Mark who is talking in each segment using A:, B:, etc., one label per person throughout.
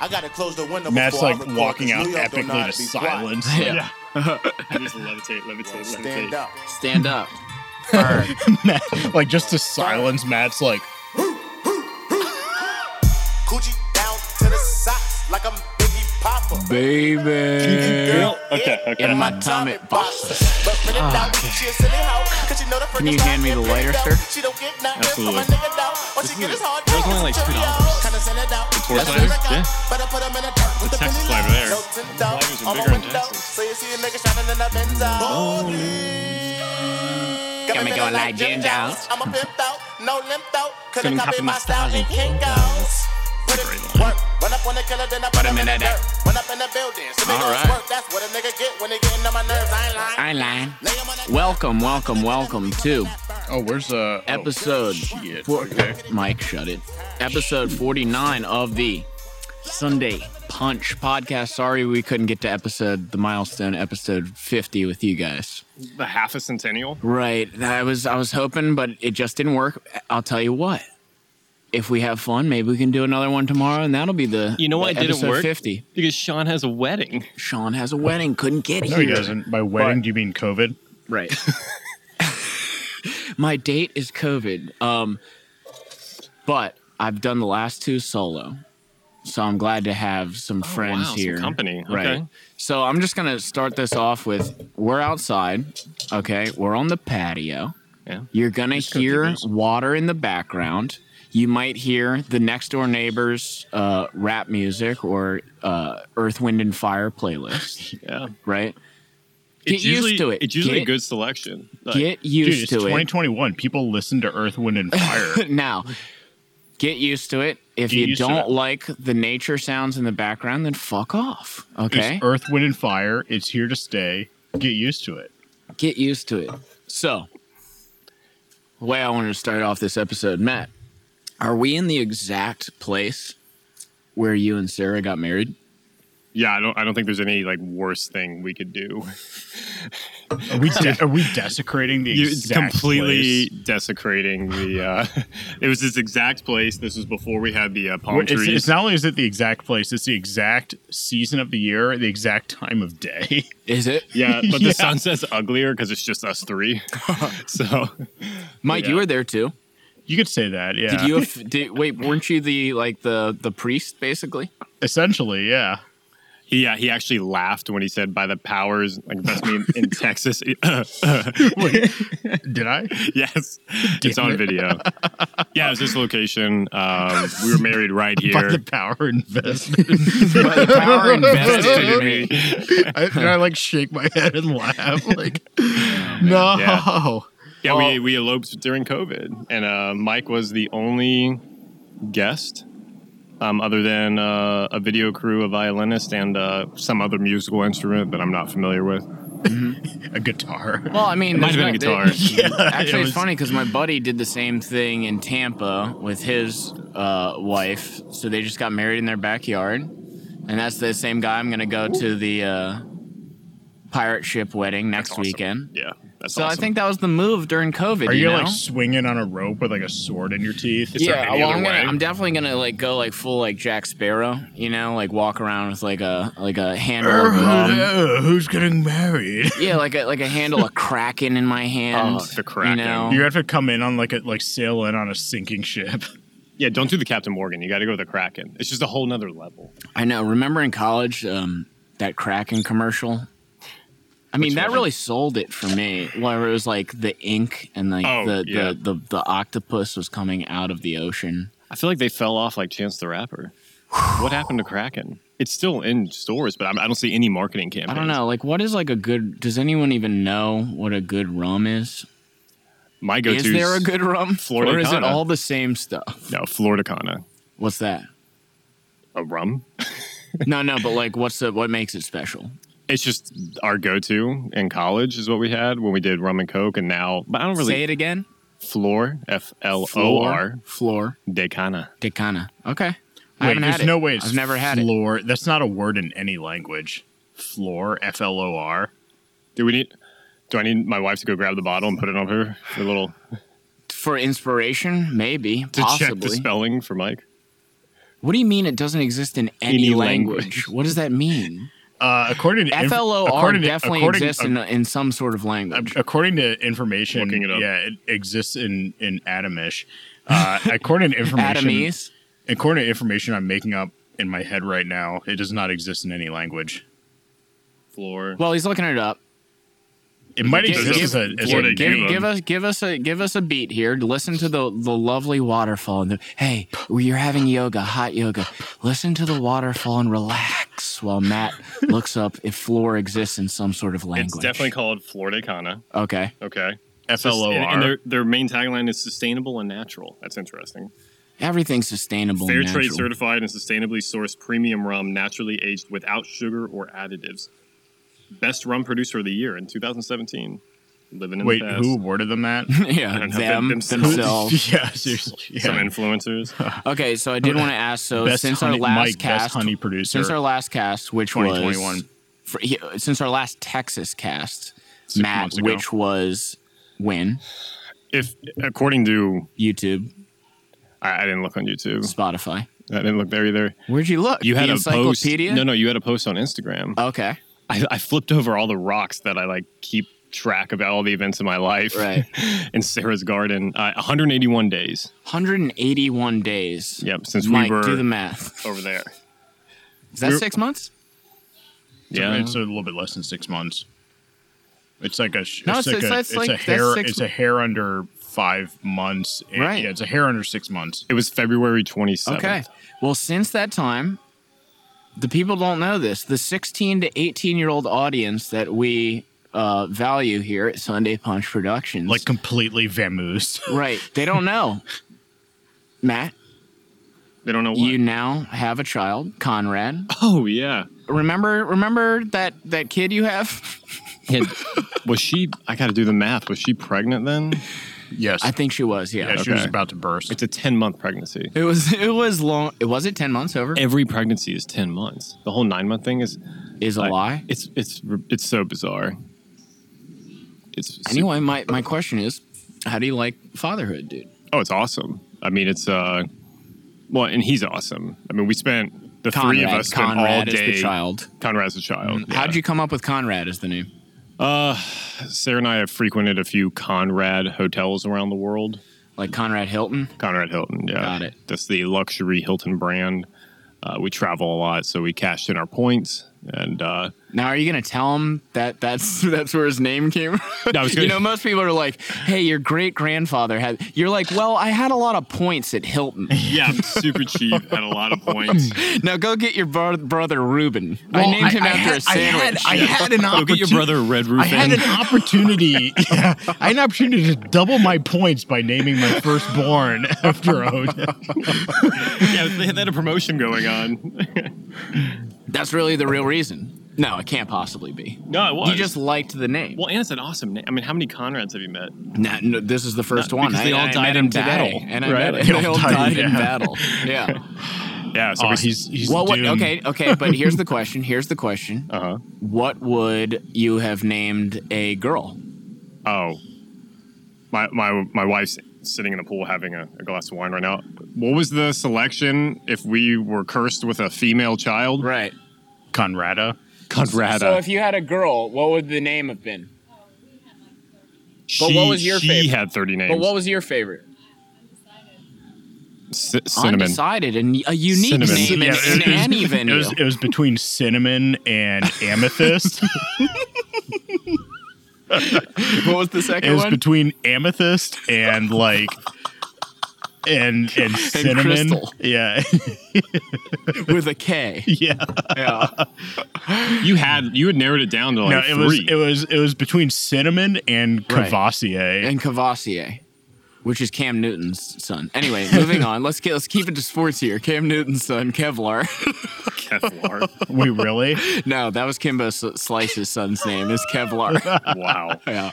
A: I gotta close the window.
B: Matt's
A: before I
B: like
A: record,
B: walking
A: 'cause
B: out
A: New York do
B: epically
A: not
B: to
A: be
B: silence.
C: Yeah.
D: I just levitate, levitate,
A: quiet.
D: levitate.
A: Stand up.
C: Stand up. Bird.
B: Matt, like just to silence Matt's like
E: Coochie down to the socks like I'm Biggie Popper.
C: Baby.
D: Girl, okay, okay.
C: In my tummy box.
E: But when it out, she a silly hoe. 'Cause Ah, you know the
C: you
E: first
C: hand me
E: time
C: the
E: you
C: lighter,
E: get
C: sir?
E: She don't get nothing from
D: Absolutely.
E: a nigga though. What she get is hard
D: that was only like $2.
E: Kinda send it out.
D: four
E: That's
D: sliders?
E: what I got.
D: Yeah.
E: Better put 'em in a dirt with the
D: Texas
E: penny
D: slide
E: lock.
D: there.
E: No tinto
D: Sliders are
E: on my
D: bigger Oh. in
E: window.
D: Texas.
E: So you see a nigga shining in a Benzo. Got
C: me
E: feeling
C: going like Jim Jones.
E: I'm a pimp out, no limp out.
C: Couldn't
E: Couldn't copy
C: copy
E: my
C: my
E: style
C: style in
E: in King Goes. Put it
D: Great
E: to
D: line.
E: work. Run up on the killer, then I put him in the dirt. Run up in the building. So
C: All
E: niggas
C: right.
E: work. That's what a nigga get when they getting on my nerves. I ain't lying.
C: I ain't lying.
E: Lay 'em on that-
C: Welcome, welcome, welcome to
B: Oh, where's uh oh,
C: episode
B: shit.
C: four.
B: Okay.
C: Mike, shut it. Episode 49 of the Sunday Punch podcast. Sorry we couldn't get to episode, the milestone episode 50 with you guys.
D: The half a centennial.
C: Right. I was, I was hoping, but it just didn't work. I'll tell you what. If we have fun, maybe we can do another one tomorrow, and that'll be the
D: You know why it
C: the
D: didn't
C: episode
D: work?
C: Fifty.
D: Because Sean has a wedding.
C: Sean has a wedding, couldn't get
B: No,
C: here.
B: he doesn't. By wedding, do you mean COVID?
C: Right. My date is COVID. Um, but I've done the last two solo. So I'm glad to have some friends
D: Oh, wow, some
C: here.
D: company.
C: Right.
D: Okay.
C: So I'm just going to start this off with we're outside. Okay. We're on the patio.
D: Yeah.
C: You're going to
B: could do
C: hear
B: this.
C: water in the background. You might hear the next door neighbor's uh, rap music or uh, Earth, Wind, and Fire playlist,
D: Yeah.
C: right? Get
D: It's
C: used
D: usually,
C: to it.
D: It's usually a
C: Get-
D: good selection. Like,
C: Get
B: Dude,
C: used
B: it's
C: to it.
B: 2021. People listen to Earth, Wind, and Fire.
C: now get used to it if
B: Get
C: you
B: used to
C: don't
B: it.
C: like the nature sounds in the background then fuck off okay
B: It's Earth, Wind, and Fire. It's here to stay. Get used to it.
C: get used to it so the way i wanted to start off this episode matt are we in the exact place where you and sarah got married
D: yeah, I don't. I don't think there's any like worse thing we could do.
B: Are we de- are we desecrating the
D: You're
B: exact
D: completely
B: place?
D: desecrating the. Uh, it was this exact place. This was before we had the uh, palm
B: It's,
D: trees.
B: it's not only is it the exact place, it's the exact season of the year, the exact time of day.
C: is it
D: yeah, but
B: Yeah.
D: the sunset's uglier because it's just us three. so
C: mike you
B: Yeah.
C: were there too
B: You could say that, yeah.
C: did you have, did, wait weren't you the like the the priest basically
B: Essentially, yeah.
D: he uh, he actually laughed when he said, "By the powers, like that's me in, in Texas."
B: Did I?
D: yes, it's on
B: it.
D: video. Yeah, it was this location. Um, we were married right
B: By the
D: here.
B: power invested.
C: By the power invested
D: Invested
C: in
D: in
C: me.
D: me.
B: I, and I like shake my head and laugh. Like, no.
D: Oh, Yeah. Yeah, we,
C: Well-
D: we eloped during COVID, and uh, Mike was the only guest, um, other than uh, a video crew, a violinist, and uh, some other musical instrument that I'm not familiar with.
B: A guitar.
C: Well, I mean,
D: It might
C: there's
D: have been
C: no-
D: a guitar.
C: they-
B: it
C: Actually, it's
B: was-
C: funny because my buddy did the same thing in Tampa with his uh, wife. So they just got married in their backyard, and that's the same guy. I'm gonna go to the uh, pirate ship wedding next
D: awesome.
C: weekend.
D: Yeah, that's
C: So
D: awesome.
C: I think that was the move during COVID.
B: Are you,
C: know?
B: like swinging on a rope with like a sword in your teeth?
D: Is there
C: yeah,
D: any
C: well,
D: other
C: I'm, gonna,
D: way?
C: I'm definitely gonna like go like full like Jack Sparrow, you know, like walk around with like a like a handle of
D: Um,
C: rum.
B: Hello, Uh, who's getting married?
C: Yeah, like a like a handle of Kraken in my hand.
D: Oh, the Kraken.
C: You know?
B: You have to come in on like a like sail in on a sinking ship.
D: yeah, don't do the Captain Morgan. You got to go with the Kraken. It's just a whole nother level.
C: I know. Remember in college um, that Kraken commercial? I mean,
D: Which
C: that
D: one?
C: really sold it for me. Where it was like the ink and like
D: Oh,
C: the,
D: yeah.
C: the, the the octopus was coming out of the ocean.
D: I feel like they fell off like Chance the Rapper. what happened to Kraken? It's still in stores, but I'm, I don't see any marketing campaigns.
C: I don't know. Like, what is like a good? Does anyone even know what a good rum is?
D: My go-to
C: is there a good rum? or is it
D: Floridicana.
C: all the same stuff?
D: no Floridicana,
C: What's that?
D: a rum.
C: No, no. But like, what's the what makes it special?
D: it's just our go-to in college is what we had when we did rum and coke and now but i don't
C: Say
D: really
C: it again.
D: floor f-l-o-r
C: floor,
D: decana
C: Tecana. Okay. I
B: Wait,
C: haven't
B: there's
C: had it.
B: no way it's
C: I've never had it.
B: floor. That's not a word in any language. Floor, F L O R.
D: do we need do i need my wife to go grab the bottle and put it on her the little
C: For inspiration, maybe,
D: to
C: possibly.
D: check the spelling for mike
C: What do you mean it doesn't exist in any,
D: Any
C: language?
D: language.
C: What does that mean?
B: Uh, according to inf-
C: FLOR
B: according to-
C: definitely
B: according-
C: exists in, in some sort of language.
B: according to information,
D: Looking it up.
B: yeah, it exists in in Adamish. Uh, according to information,
C: Adamese.
B: according to information I'm making up in my head right now, it does not exist in any language.
D: Floor.
C: Well, he's looking it up.
B: It might
C: Give-
B: exist
C: give-
B: as a, as
D: Florida
B: a
D: Give
C: Give,
D: him.
C: give us give us a give us a beat here. Listen to the the lovely waterfall. And the, hey, you're having yoga, hot yoga. Listen to the waterfall and relax while Matt looks up if floor exists in some sort of language.
D: It's definitely called Floridicana.
C: okay.
D: Okay.
B: FLOR.
D: And, and their, their main tagline is sustainable and natural. That's interesting.
C: Everything's sustainable.
D: Fair
C: and
D: trade
C: natural.
D: certified and sustainably sourced premium rum, naturally aged without sugar or additives. Best rum producer of the year in 2017. Living in
B: Wait,
D: the past.
B: who awarded them that?
D: I
C: yeah,
D: don't know,
C: them
D: them- themselves.
C: themselves.
B: yeah, seriously. Yeah.
D: Some influencers.
C: Okay, so I did want to ask. So
B: Best
C: since
B: honey-
C: our last
B: Mike, best
C: cast,
B: honey producer.
C: since our last cast, which
B: 2021.
C: was for, yeah, since our last Texas cast, Matt,
B: months ago.
C: which was when
D: if according to,
C: YouTube,
D: I, I didn't look on YouTube.
C: Spotify.
D: I didn't look there either.
C: Where'd you look?
D: You had
C: the
D: a
C: encyclopedia.
D: post. No, no, you had a post on Instagram.
C: Okay.
D: I, I flipped over all the rocks that I like keep track of all the events in my life.
C: Right.
D: in Sarah's garden, uh, 181 days.
C: 181 days.
D: Yep, since
C: Mike,
D: we were
C: do the math.
D: over there.
C: Is that
D: We're-
C: six months?
D: Yeah.
B: it's a little bit less than six months. It's like a sh-
C: No,
B: it's,
C: it's-
B: like a,
C: it's-
B: it's
C: it's like-
B: a
C: that's
B: hair
C: six
B: it's a hair under five months. and-
C: Right.
B: Yeah, it's a hair under six months.
D: It was February 27th.
C: Okay. Well, since that time, the people don't know this. The 16 to 18 year old audience that we uh, value here at Sunday Punch Productions,
B: Like completely vamoosed.
C: right? They don't know. Matt,
D: They don't know what.
C: you now have a child, Conrad.
D: oh, yeah.
C: Remember, remember that that kid you have.
D: was she, I got to do the math. Was she pregnant then?
B: yes.
C: I think she was. Yeah.
B: yeah, she was
D: okay.
B: about to burst.
D: It's a 10 month pregnancy.
C: It was. It was long. It was it ten months over.
D: Every pregnancy is 10 months. The whole nine month thing is
C: is a
D: like,
C: lie.
D: It's, it's, it's so bizarre. It's,
C: Anyway, my my question is, how do you like fatherhood, dude?
D: oh, it's awesome. I mean, it's, uh, well, and he's awesome. I mean, we spent, the three of us spent all
C: Conrad
D: day.
C: is the child. Mm-hmm.
D: Conrad's a child. yeah.
C: How'd you come up with Conrad as the name?
D: Uh, Sarah and I have frequented a few Conrad hotels around the world.
C: Like Conrad Hilton?
D: Conrad Hilton, yeah.
C: Got it.
D: That's the luxury Hilton brand. Uh, we travel a lot, so we cashed in our points. And uh,
C: Now, are you gonna tell him that that's that's where his name came? from?
D: No, I was
C: you
D: gonna-
C: know, most people are like, "Hey, your great grandfather had." You're like, "Well, I had a lot of points at Hilton."
D: yeah, I'm super cheap, had a lot of points.
C: now go get your bro- brother Ruben. I named him after a sandwich.
B: I had, an
D: Go get your brother Red Roof.
B: I had an opportunity. yeah, I had an opportunity to double my points by naming my firstborn after a hotel.
D: yeah, they had a promotion going on.
C: that's really the real reason. No, it can't possibly be.
D: No, it was.
C: You just liked the name.
D: well, and it's an awesome name. I mean, how many Conrads have you met?
C: Nah, no, this is the first
D: No,
C: one.
D: because they
C: I-
D: all
C: I
D: died
C: met
D: in
C: him today,
D: battle,
C: and I
D: right?
C: met they all died in battle. Yeah.
D: Yeah, so
B: Oh,
D: we-
B: he's he's
C: well, what,
B: doomed.
C: okay, okay, but here's the question. Here's the question.
D: Uh-huh.
C: What would you have named a girl?
D: Oh, my my my wife's sitting in the pool having a, a glass of wine right now. What was the selection if we were cursed with a female child?
C: Right.
B: Conrada.
D: Conrada.
C: So if you had a girl, what would the name have been?
D: she,
C: but what was your
D: she
C: favorite?
D: had thirty names.
C: But what was your favorite?
D: C- cinnamon?
C: Undecided and a unique
D: Cinnamon.
C: name
B: Yeah,
C: in,
B: it-
C: in
B: it was-
C: any
B: It
C: venue.
B: was it was between cinnamon and amethyst.
C: what was the
B: it
C: second
B: was
C: one?
B: between amethyst and like and and cinnamon.
C: crystal.
B: yeah,
C: With a K.
B: yeah.
C: Yeah.
D: You had you had narrowed it down to like
B: No, it was
D: three.
B: it was it was between cinnamon and
C: Right.
B: Cavassier.
C: and Cavassier, which is Cam Newton's son. Anyway, moving on. Let's get, let's keep it to sports here. Cam Newton's son, Kevlar.
D: Kevlar.
B: we really
C: no, that was Kimbo S- Slice's son's name is Kevlar.
D: wow.
C: yeah.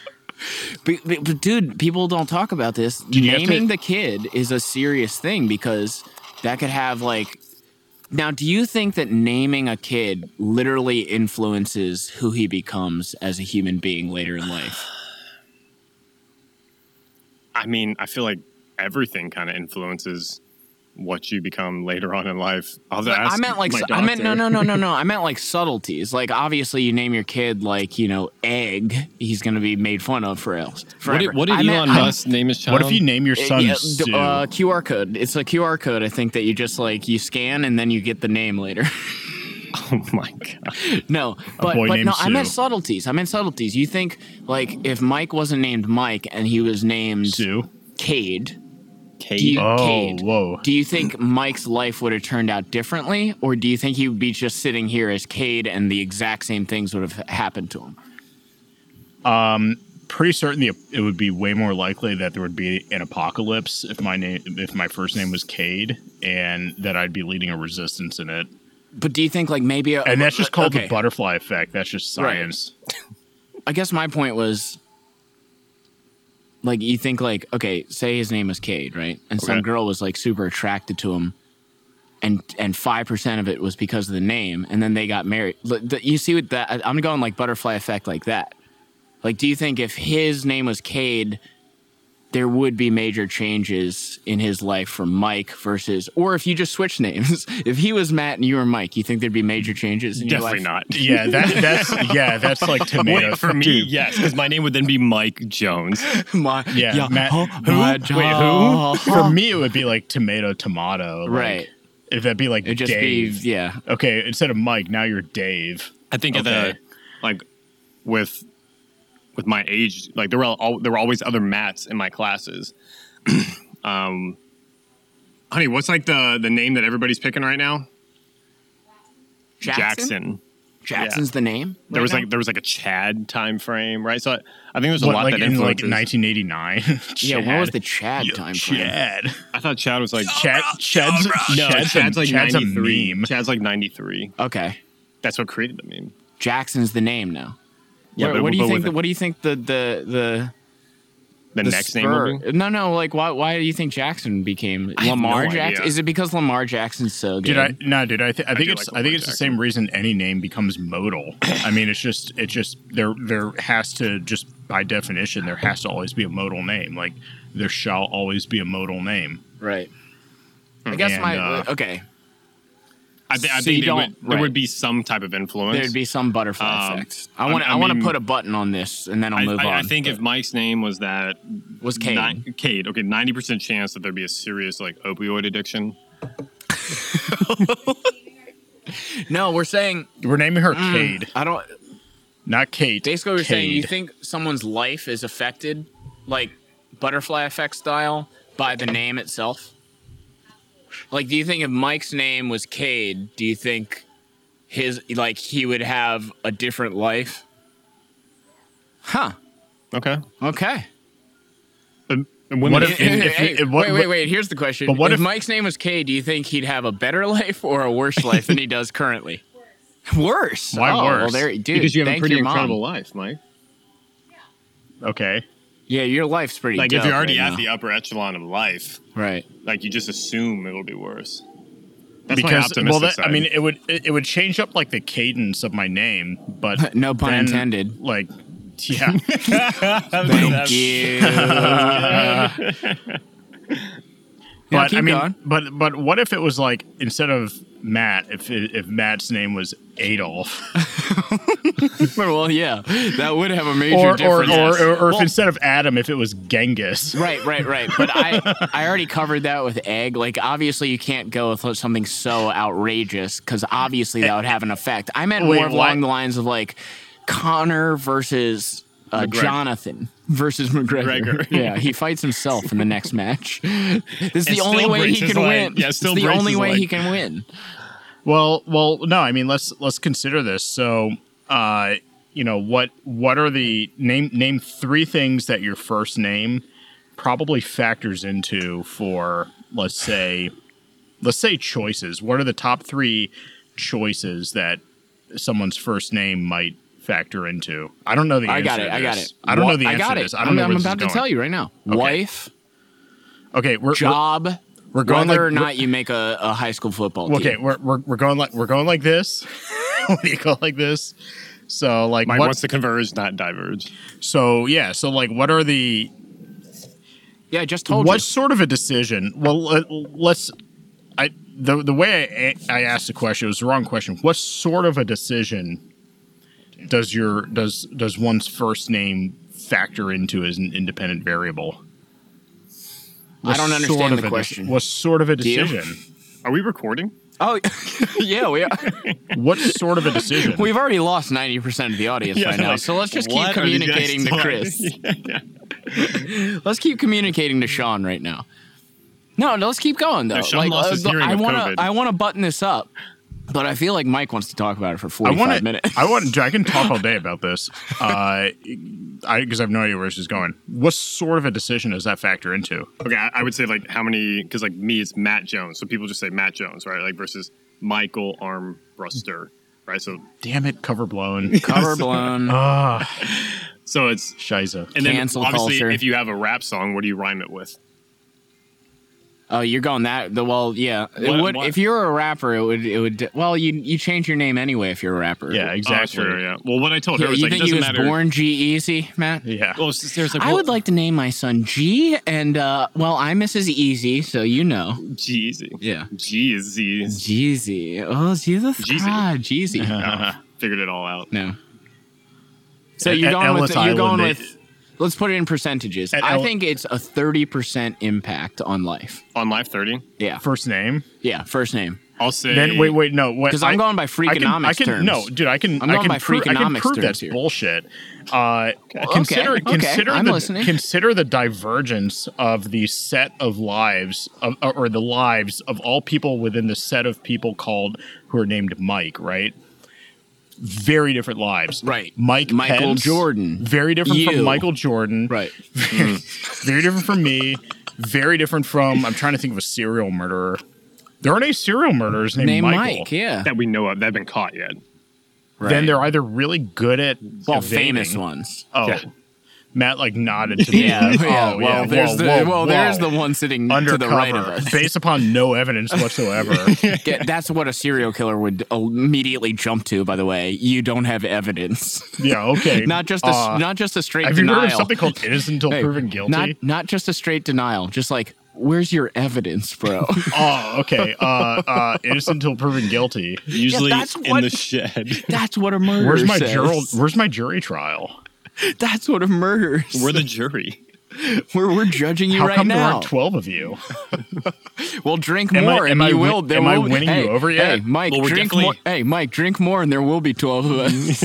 C: But, but, but dude, people don't talk about this.
B: you have to-
C: Naming the kid is a serious thing because that could have like. Now, do you think that naming a kid literally influences who he becomes as a human being later in life?
D: I mean, I feel like everything kind of influences what you become later on in life. I'll have to ask
C: I meant like
D: my
C: su- I meant no
D: doctor.
C: no no no no I meant like subtleties. Like obviously you name your kid like you know egg, he's gonna be made fun of for else.
D: What did, what did Elon Musk name his child?
B: What if you name your son
C: Um, eh, yeah, d-
B: Stu?
C: uh, QR code. It's a QR code. I think that you just like you scan and then you get the name later.
D: Oh my god!
C: no, but,
B: boy
C: but
B: named
C: no, I meant
B: Sue.
C: subtleties. I meant subtleties. You think like if Mike wasn't named Mike and he was named
B: Stu?
C: Cade,
D: Kate.
C: do you,
B: Oh,
C: Cade,
B: whoa.
C: Do you think Mike's life would have turned out differently, or do you think he would be just sitting here as Cade and the exact same things would have happened to him?
B: Pretty certain the, it would be way more likely that there would be an apocalypse if my name if my first name was Cade and that I'd be leading a resistance in it.
C: But do you think like maybe a,
B: And that's just called
C: okay.
B: the butterfly effect. That's just
C: Right.
B: science.
C: I guess my point was like you think like okay, say his name was Cade, right? And some
D: Okay.
C: girl was like super attracted to him and and 5% of it was because of the name and then they got married. Like, the- You see what that I- I'm going like butterfly effect like that. Like do you think if his name was Cade there would be major changes in his life from Mike versus or if you just switch names. If he was Matt and you were Mike, you think there'd be major changes in your
D: Definitely
C: life?
D: not.
B: Yeah, that, that's yeah, that's like tomato
D: Wait, for me,
B: Dude,
D: yes, because my name would then be Mike Jones.
C: My,
B: Yeah, Matt-
C: who?
B: Wait, who? For me, it would be like tomato, tomato. like,
C: Right.
B: If that'd be like
C: It'd just
B: Dave.
C: be yeah.
B: Okay, instead of Mike, now you're Dave.
D: I think
B: Okay.
D: at the like with with my age, like there were all, there were always other mats in my classes. um, honey, what's like the the name that everybody's picking right now?
C: Jackson's the name.
D: There
C: right
D: was
C: now?
D: like there was like a Chad time frame, right? So I, I think there's a
B: What,
D: lot
B: like
D: that
B: in like
D: influences.
B: 1989?
C: yeah. What was the Chad
B: Yo,
C: time frame?
B: Chad.
D: I thought Chad was like
B: Chad, Chad's,
D: No,
B: Chad's,
D: Chad's, like
B: Chad's a
D: 93.
B: meme.
D: Chad's like 93.
C: Okay,
D: That's what created the meme.
C: Jackson's the name now.
D: Yeah,
C: what,
D: but-
C: what do you
D: but
C: think?
D: with
C: The,
D: it-
C: what do you think the the the,
D: The,
C: the
D: next
C: spur-
D: name would be?
C: No, no. Like why? Why do you think Jackson became
D: have
C: Lamar
D: no
C: Jackson?
D: idea.
C: Is it because Lamar Jackson's so good?
B: Dude, I no, dude. I, th- I think
D: do
B: it's
D: like
B: I think
D: Lamar
B: it's the same
D: Jackson.
B: reason any name becomes modal. I mean, it's just it's just there there has to just by definition there has to always be a modal name. Like there shall always be a modal name.
C: right.
D: Hmm.
C: I guess
B: And,
C: my
B: uh,
C: okay.
D: I, thi- I
C: So you
D: think there would,
C: don't-
D: there
C: right.
D: would be some type of influence.
C: There'd be some butterfly
D: Um,
C: effect. I
D: I-
C: want to.
D: I
C: I, want to
D: mean-
C: put a button on this, and then I'll
D: I,
C: move on.
D: I, I think if Mike's name was that
C: was Kane.
D: Ni- Cade. Okay, ninety percent chance that there'd be a serious like opioid addiction.
C: no, we're saying
B: We're naming her Cade,
C: I don't.
B: not Kate.
C: Basically, we're saying you
B: Cade.
C: think someone's life is affected, like butterfly effect style, by the name itself. Like, do you think if Mike's name was Cade, do you think his like he would have a different life? Huh.
D: Okay.
C: Okay.
D: And, and women,
B: What if-
C: Hey,
B: if-
C: hey,
B: if- what-
C: wait, wait,
B: what-
C: wait. Here's the question.
B: But what
C: if,
B: if-
C: Mike's name was Cade, do you think he'd have a better life or a worse life than he does currently? Worse.
B: Why
C: Oh, Well,
B: worse?
C: there, dude,
D: because you have a
C: thank
D: pretty
C: your mom.
D: incredible life, Mike.
B: okay.
C: Yeah, your life's pretty.
D: Like if
C: dope
D: you're already
C: right
D: at the
C: now.
D: upper echelon of life,
C: right.
D: like you just assume it'll be worse. That's my
B: because
D: optimistic
B: well, that, I
D: side.
B: mean, it would it, it would change up like the cadence of my name, but
C: No pun
B: then,
C: intended.
B: Like, yeah,
C: Thank you. Yeah,
B: but
C: keep
B: I mean,
C: going.
B: but but what if it was like instead of Matt, if it, if Matt's name was Adolf,
C: well, yeah, that would have a major
B: or or, or,
C: difference.
B: or, or if
C: Well,
B: instead of Adam, if it was Genghis,
C: right, right, right. But I, I already covered that with egg. Like, obviously, you can't go with something so outrageous because obviously that would have an effect. I meant
B: Wait,
C: more
B: what?
C: along the lines of like Connor versus uh,
D: McGregor.
C: Jonathan versus McGregor.
D: McGregor.
C: yeah, he fights himself in the next match. This is the
D: still
C: only way
D: breaks
C: he
D: his
C: can
D: leg.
C: win.
D: Yeah,
C: It's
D: still
C: the
D: breaks
C: only
D: his
C: way he
D: leg.
C: can win.
B: Well, well, no. I mean, let's let's consider this. So, uh, you know what what are the name name three things that your first name probably factors into for let's say let's say choices. What are the top three choices that someone's first name might factor into? I don't know the. Answer
C: I got it.
B: to
C: I got
B: this.
C: it.
B: I don't
C: Wa-
B: know the
C: I
B: answer
C: got
B: to
C: it.
B: this. I
C: I'm-
B: don't know.
C: I'm,
B: where this is
C: about to
B: going.
C: tell you right now. Wife,
B: Okay, we're we're,
C: job,
B: we're going like
C: whether or not you make a, a high school football team.
B: Okay, we're, we're, we're going like we're going like this. what do you go like this? So like
D: Mike
B: what-
D: wants to converge, not diverge.
B: So yeah, so like, what are the
C: Yeah, I just told
B: what
C: you.
B: sort of a decision? Well, let, let's I the the way I, I asked the question it was the wrong question. What sort of a decision does your does does one's first name factor into as an independent variable?
C: I don't
B: What
C: understand
B: sort of
C: the
B: a de-
C: question.
B: what sort of a
C: Do you?
B: decision?
D: Are we recording?
C: Oh, yeah, we
B: what sort of a decision?
C: we've already lost ninety percent of the audience right now,
D: like,
C: so let's just keep
D: what are these guys
C: communicating to
D: doing?
C: Chris.
D: Yeah, yeah.
C: Let's keep communicating to Sean right now. No, no, let's keep going though. uh,
D: No, Sean lost his hearing
C: I
D: with
C: wanna,
D: COVID.
C: I want to button this up, but I feel like Mike wants to talk about it for
B: I
C: forty-five
B: want to.
C: minutes.
B: I want. I can talk all day about this. Uh, I because I have no idea where this is going. What sort of a decision does that factor into?
D: Okay, I I would say like how many? Because like me, it's Matt Jones, so people just say Matt Jones, right? Like versus Michael Armbruster, right? So
B: Damn it, cover blown.
C: Cover blown.
B: Ah,
D: so it's
B: shiza.
D: and then
C: Cancel
D: obviously
C: culture.
D: if you have a rap song, what do you rhyme it with?
C: Oh, you're going that the well, yeah. It
D: What-
C: would,
D: what-
C: If you're a rapper, it would it would well you you change your name anyway if you're a rapper.
B: Yeah, exactly.
D: Oh, true, yeah. Well, what I told her
C: Yeah,
D: was
C: you
D: like it
C: think he
D: doesn't
C: was
D: matter.
C: born G Easy, Matt?
B: yeah.
D: Well, it's just- there's like
C: I would like to name my son G, and uh, well, I'm Mrs. Easy, so you know.
D: Jeezy.
C: Yeah.
D: Jeezy.
C: Jeezy. Oh, Jesus.
D: Jeezy.
C: Ah, Jeezy.
D: Uh-huh. Figured it all out.
C: No. So
B: At-
C: you're
B: at
C: going
B: Ellis
C: with you're
B: Island,
C: going
B: they-
C: with. Let's put it in percentages.
B: At
C: I
B: El-
C: think it's a thirty percent impact on life.
D: On live thirty,
C: Yeah.
B: First name.
C: Yeah. First name.
D: I'll say.
B: Then wait, wait, no. Wait,
C: 'Cause I'm
B: I-
C: going by Freakonomics
B: I can, I can,
C: terms.
B: No, dude, I can.
C: I'm
B: I
C: going
B: can
C: by
B: prove, I can
C: Freakonomics
B: prove
C: terms
B: that's
C: here.
B: bullshit. Uh, Consider
C: okay,
B: consider
C: I'm
B: the
C: listening.
B: consider the divergence of the set of lives of, uh, or the lives of all people within the set of people called who are named Mike, right? Very different lives,
C: Right.
B: Mike,
C: Michael
B: Pence,
C: Jordan.
B: very different
C: You.
B: from Michael Jordan,
C: Right.
B: very different from me. Very different from I'm trying to think of a serial murderer. There aren't any serial murderers named
C: Name
B: Michael.
C: Mike. Yeah.
D: that we know of that have been caught yet.
C: Right.
B: Then they're either really good at
C: well
B: evading-
C: famous ones.
B: Oh,
D: Yeah.
B: Matt like nodded to me.
C: Yeah,
B: like,
C: yeah.
B: oh,
C: well,
B: yeah,
C: there's
B: whoa,
C: the
B: whoa,
C: well, there's the
B: whoa.
C: one sitting
B: undercover,
C: to the right of us.
B: based upon no evidence whatsoever.
C: Get- that's what a serial killer would immediately jump to. By the way, you don't have evidence.
B: yeah, okay.
C: Not just a
B: Uh,
C: not just a straight
B: have you
C: denial.
B: heard of something called innocent until
C: Hey,
B: proven guilty?
C: Not not just a straight denial. Just like where's your evidence, bro?
B: oh, okay. Uh, uh, innocent until proven guilty.
D: Usually
C: that's
D: in
C: what-
D: the shed.
C: that's what a murder.
B: Where's my
C: says.
B: jury? Where's my jury trial?
C: That's what a murder.
D: We're the jury.
C: we're, we're judging you
B: How
C: right
B: come there
C: now.
B: aren't twelve of you?
C: Well, drink
B: Am I-
C: more, and
B: am I
C: you
B: win-
C: will. There
B: am
C: will
B: I
C: be-
B: winning you
C: hey,
B: over
C: Hey,
B: yet?
C: Mike,
D: Well, we're
C: drink
D: definitely-
C: more. Hey, Mike, drink more, and there will be twelve of us.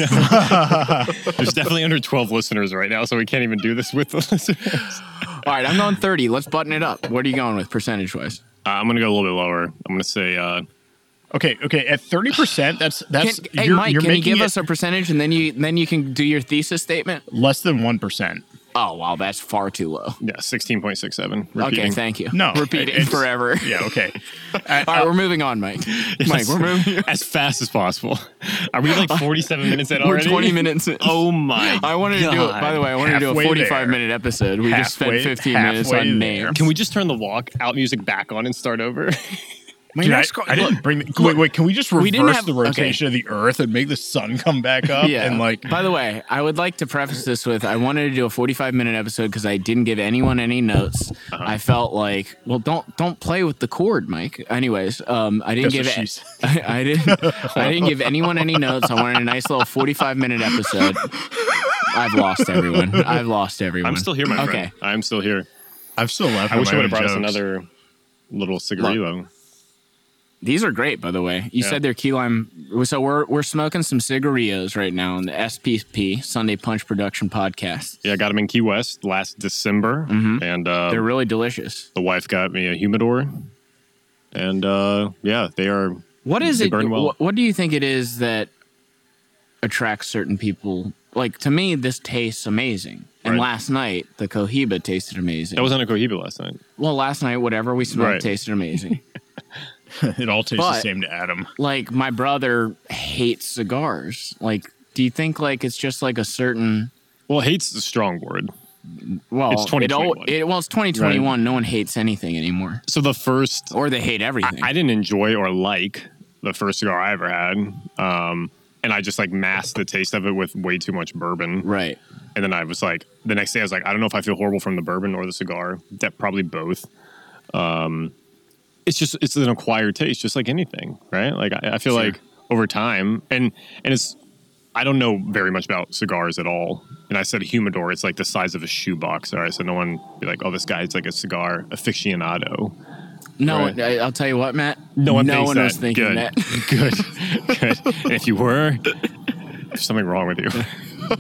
D: There's definitely under twelve listeners right now, so we can't even do this with the listeners.
C: All right, I'm going thirty. Let's button it up. What are you going with percentage wise?
D: Uh, I'm gonna go a little bit lower. I'm gonna say uh,
B: Okay, okay. At thirty percent, that's that's
C: Can- hey,
B: you're,
C: Mike,
B: you're
C: can you
B: making
C: give
B: it
C: us a percentage, and then you then you can do your thesis statement?
B: less than one percent.
C: Oh wow, that's far too low.
D: yeah, sixteen point six seven.
C: Okay, thank you.
B: No,
C: repeat it
B: it's-
C: forever.
B: Yeah, okay.
C: All right, we're moving on, Mike. Mike, we're moving.
D: as fast as possible. Are we like 47 minutes in
C: We're
D: already?
C: twenty minutes. In.
D: Oh my!
C: I wanted to do it. By the way, I wanted to do a
B: Halfway there.
C: forty-five minute episode. We just spent
B: Halfway-
C: fifteen minutes
B: halfway
C: on
B: there.
C: names.
D: Can we just turn the walk out music back on and start over?
C: My
B: Dude, I,
C: next
B: I
C: que-
B: didn't bring. The, wait, wait. Can we just reverse
C: we didn't have-
B: the rotation of the Earth and make the sun come back up?
C: yeah.
B: and like
C: by the way, I would like to preface this with I wanted to do a 45 minute episode because I didn't give anyone any notes.
B: Uh-huh.
C: I felt like, well, don't don't play with the cord, Mike. Anyways, um, I didn't
B: That's what
C: give
B: she
C: it.
B: said.
C: I, I didn't. I didn't give anyone any notes. I wanted a nice little 45 minute episode. I've lost everyone. I've lost everyone.
D: I'm still here, my
C: okay.
D: friend. I'm still here.
B: I'm still laughing.
D: I
B: at
D: wish
B: my
D: I would
B: own
D: have brought us
B: jokes.
D: another little cigarillo.
C: These are great, by the way. You
D: Yeah.
C: said they're key lime. So we're we're smoking some cigarillos right now on the SPP Sunday Punch Production Podcast.
D: Yeah, I got them in Key West last December, and uh,
C: Mm-hmm.
B: Um,
C: They're really delicious.
D: the wife got me a humidor. And uh, yeah, they are.
C: What is
D: They
C: it?
D: burn well.
C: What, what do you think it is that attracts certain people? Like to me, this tastes amazing. And
D: Right.
C: last night, the Cohiba tasted amazing.
D: That was on a Cohiba last night.
C: well, last night, whatever we smoked
D: Right.
C: tasted amazing.
B: it all tastes
C: But-
B: the same to Adam.
C: like my brother hates cigars. Like, do you think like it's just like a certain?
D: Well, hate's a strong word.
C: Well, it,
D: It's
C: all,
D: 2021.
C: it well, it's 2021. No one hates anything anymore,
D: So the first
C: or they hate everything.
D: I didn't enjoy or like the first cigar I ever had. Um, and I just like masked the taste of it with way too much bourbon.
C: right.
D: And then I was like, the next day I was like, I don't know if I feel horrible from the bourbon or the cigar. That probably both. Um, it's just it's an acquired taste, just like anything, right? Like I, I feel
C: Sure.
D: like over time, and and it's I don't know very much about cigars at all. And I said humidor, it's like the size of a shoebox. All right, so no one be like, oh, this guy's like a cigar aficionado.
C: No,
D: Right.
C: I, I'll tell you what, Matt.
D: No one,
C: no
D: thinks
C: one
D: that.
C: was thinking
D: Good.
C: that.
D: Good. Good. And if you were, there's something wrong with you.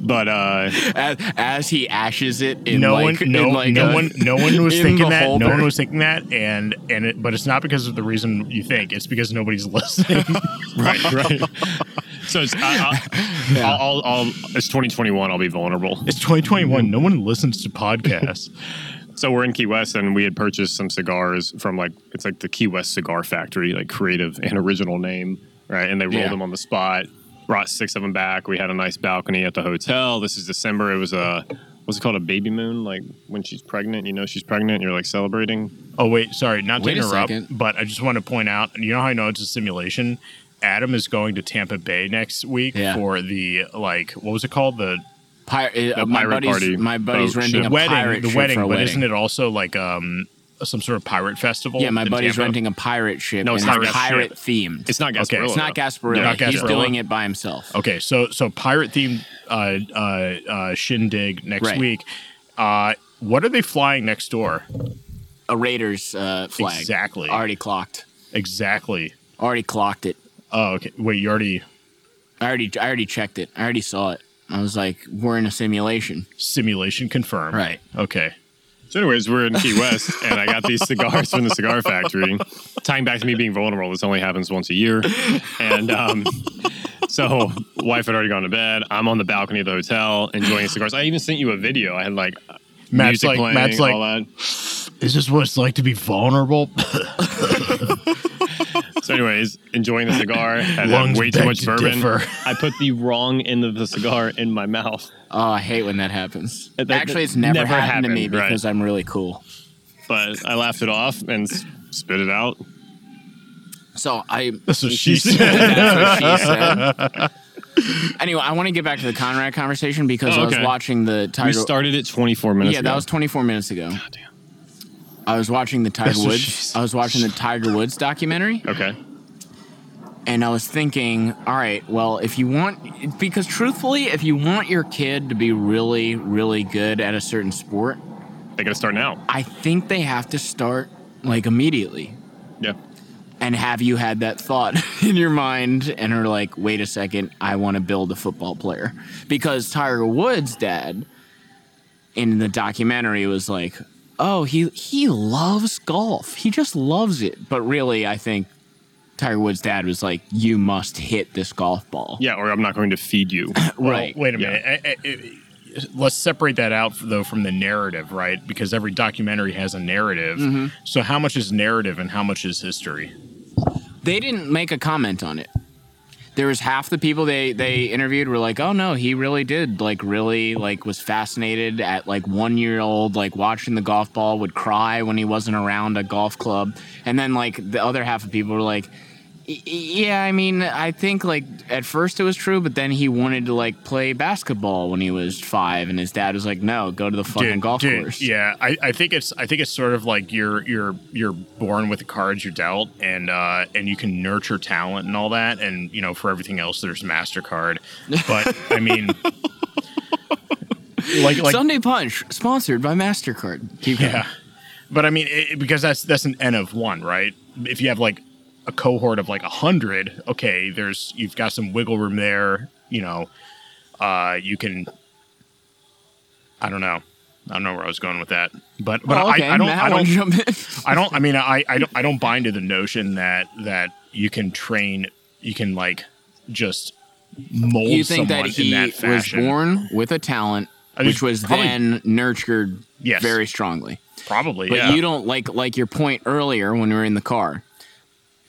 D: but uh,
C: As, as he ashes it in
B: no
C: like,
B: one, no,
C: in like
B: no
C: a-
B: one, no one was
C: in
B: thinking
C: the
B: that. No
C: holder.
B: one was thinking that, and and it, but it's not because of the reason you think. It's because nobody's listening.
D: right, right. So it's, I, I'll,
C: Yeah.
D: I'll, I'll, I'll, it's 2021. I'll be vulnerable.
B: it's 2021. No one listens to podcasts.
D: So we're in Key West, and we had purchased some cigars from like it's like the Key West Cigar Factory, like creative and original name, right? And they rolled
C: Yeah.
D: them on the spot. Brought six of them back. We had a nice balcony at the hotel. This is December. It was a what's it called? A baby moon? Like when she's pregnant, you know she's pregnant. You're like celebrating.
B: Oh wait, sorry, not
C: Wait a
B: to interrupt,
C: second.
B: but I just want to point out. You know how I know it's a simulation. Adam is going to Tampa Bay next week
C: Yeah.
B: for the like what was it called the
C: Pir- uh,
D: The
C: my
D: pirate
C: buddy's
D: party
C: my buddy's
D: boat
C: renting
D: show.
C: a
B: wedding
C: pirate
B: the
C: ship
B: wedding
C: for
B: but
C: a wedding.
B: isn't it also like um some sort of pirate festival
C: yeah, my
B: in
C: buddy's
B: Tampa?
C: renting a pirate ship.
D: No, it's
C: and
D: not a
C: pirate
D: ship.
C: themed.
D: It's not Gasparilla.
B: Okay,
C: It's not
D: though.
C: Gasparilla.
B: Not
C: He's
B: Gasparilla.
C: doing it by himself.
B: Okay, so so pirate themed uh, uh, uh, shindig next
C: Right.
B: week. Uh, what are they flying next door?
C: A Raiders uh, flag.
B: Exactly.
C: Already clocked.
B: Exactly.
C: Already clocked it.
B: Oh, okay. Wait, you already
C: I already I already checked it. I already saw it. I was like, we're in a simulation.
B: simulation confirmed.
C: Right.
B: Okay.
D: So, anyways, we're in Key West, and I got these cigars from the cigar factory. Tying back to me being vulnerable, this only happens once a year. And um, so, wife had already gone to bed. I'm on the balcony of the hotel enjoying cigars. I even sent you a video. I had like
B: Matt's
D: music
B: like,
D: playing,
B: Matt's
D: all
B: like,
D: that.
B: is this what it's like to be vulnerable?
D: So, anyways, enjoying the cigar. Had had
B: Lungs
D: way too
B: beg
D: much
B: to
D: bourbon.
B: differ.
D: I put the wrong end of the cigar in my mouth.
C: Oh, I hate when that happens.
D: That- that-
C: Actually, it's
D: that
C: never,
D: never
C: happened, to me
D: happened, right.
C: because I'm really cool.
D: But I laughed it off and s- spit it out.
C: So I.
B: That's what she said.
C: That's what she said. Anyway, I want to get back to the Conrad conversation because
D: Oh,
C: I was
D: okay.
C: watching the
D: We
C: Tiger.
D: started it 24 minutes
C: yeah,
D: ago.
C: that was 24 minutes ago. I was watching the Tiger
D: That's what she
C: Woods.
D: said.
C: I was watching the Tiger Woods documentary,
D: Okay.
C: and I was thinking, all right, well, if you want, because truthfully, if you want your kid to be really, really good at a certain sport,
D: They got to start now.
C: I think they have to start like immediately.
D: Yeah.
C: And have you had that thought in your mind and are like, wait a second, I want to build a football player? Because Tiger Woods' dad in the documentary was like, oh, he, he loves golf. He just loves it. But really, I think Tiger Woods' dad was like, you must hit this golf ball.
D: Yeah, or I'm not going to feed you.
C: Right.
B: Wait a
D: Yeah.
B: minute. I- I- I- let's separate that out though from the narrative, right? Because every documentary has a narrative.
C: Mm-hmm.
B: So how much is narrative and how much is history?
C: They didn't make a comment on it. There was half the people they they interviewed were like, "Oh no, he really did like really like was fascinated at like 1 year old like watching the golf ball would cry when he wasn't around a golf club." And then like the other half of people were like, "Y- "Yeah, I mean, I think like at first it was true, but then he wanted to like play basketball when he was 5 and his dad was like, "No, go to the fucking golf course."
B: Yeah, I, I think it's I think it's sort of like you're you're you're born with the cards you're dealt, and uh, and you can nurture talent and all that, and you know for everything else there's Mastercard. But I mean, like like
C: Sunday Punch sponsored by Mastercard. Keep going.
B: Yeah, but I mean, it, it- because that's that's an n of one, right? If you have like a cohort of like a hundred, okay, there's you've got some wiggle room there. You know, uh, you can. I don't know. I don't know where I was going with that, but but
C: Oh, okay,
B: I, I don't.
C: Matt,
B: I
C: why
B: don't.
C: jump in?
B: I don't. I mean, I I don't. I don't buy into the notion that that you can train. You can like just mold
C: you think
B: someone
C: that
B: in
C: he
B: that
C: was
B: fashion.
C: born with a talent
B: I
C: which
B: think
C: was
B: probably-
C: then nurtured
B: Yes.
C: very strongly
B: probably,
C: but
B: yeah.
C: you don't like like your point earlier when we were in the car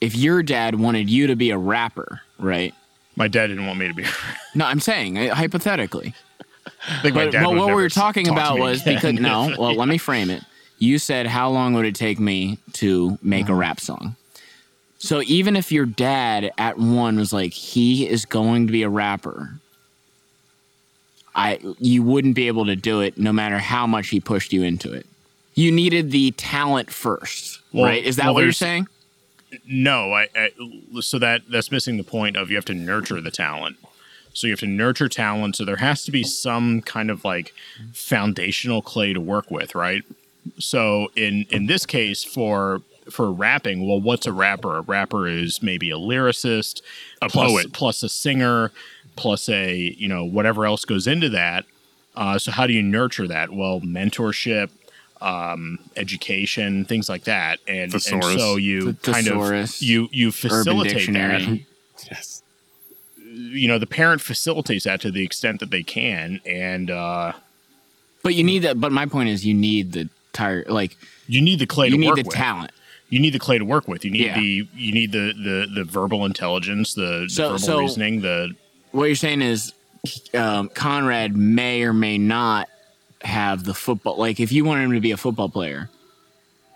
C: if your dad wanted you to be a rapper right
B: my dad didn't want me to be.
C: no i'm saying uh, hypothetically
B: I think my
C: but,
B: dad
C: but
B: would
C: what we
B: never
C: were talking
B: talk to
C: about
B: me
C: was
B: again.
C: because no well let me frame it you said how long would it take me to make
B: Uh-huh.
C: a rap song so even if your dad at one was like he is going to be a rapper i you wouldn't be able to do it no matter how much he pushed you into it you needed the talent first,
B: Well,
C: right? Is that
B: well,
C: what you're
B: there's-
C: saying?
B: No, I, I so that that's missing the point of you have to nurture the talent. So you have to nurture talent. So there has to be some kind of like foundational clay to work with, right? So in in this case for for rapping, well, what's a rapper? A rapper is maybe a lyricist,
D: A
B: plus-
D: poet.
B: plus a singer, plus a you know whatever else goes into that. Uh, so how do you nurture that? Well, mentorship, um, education, things like that, and, and
D: Thesaurus.
B: so you
C: Th-
B: kind of
C: thesaurus.
B: you you
C: Urban
B: facilitate that.
C: Dictionary.
D: Yes.
B: You know, the parent facilitates that to the extent that they can, and uh,
C: But you need that. But my point is, you need the tire. Like
B: you need the clay
C: you
B: to
C: need
B: work
C: the
B: with.
C: talent.
B: You need the clay to work with. You need
C: Yeah.
B: the you need the the the verbal intelligence, the, the
C: So-
B: verbal
C: so-
B: reasoning, the
C: What you're saying is, um, Conrad may or may not have the football. Like if you wanted him to be a football player,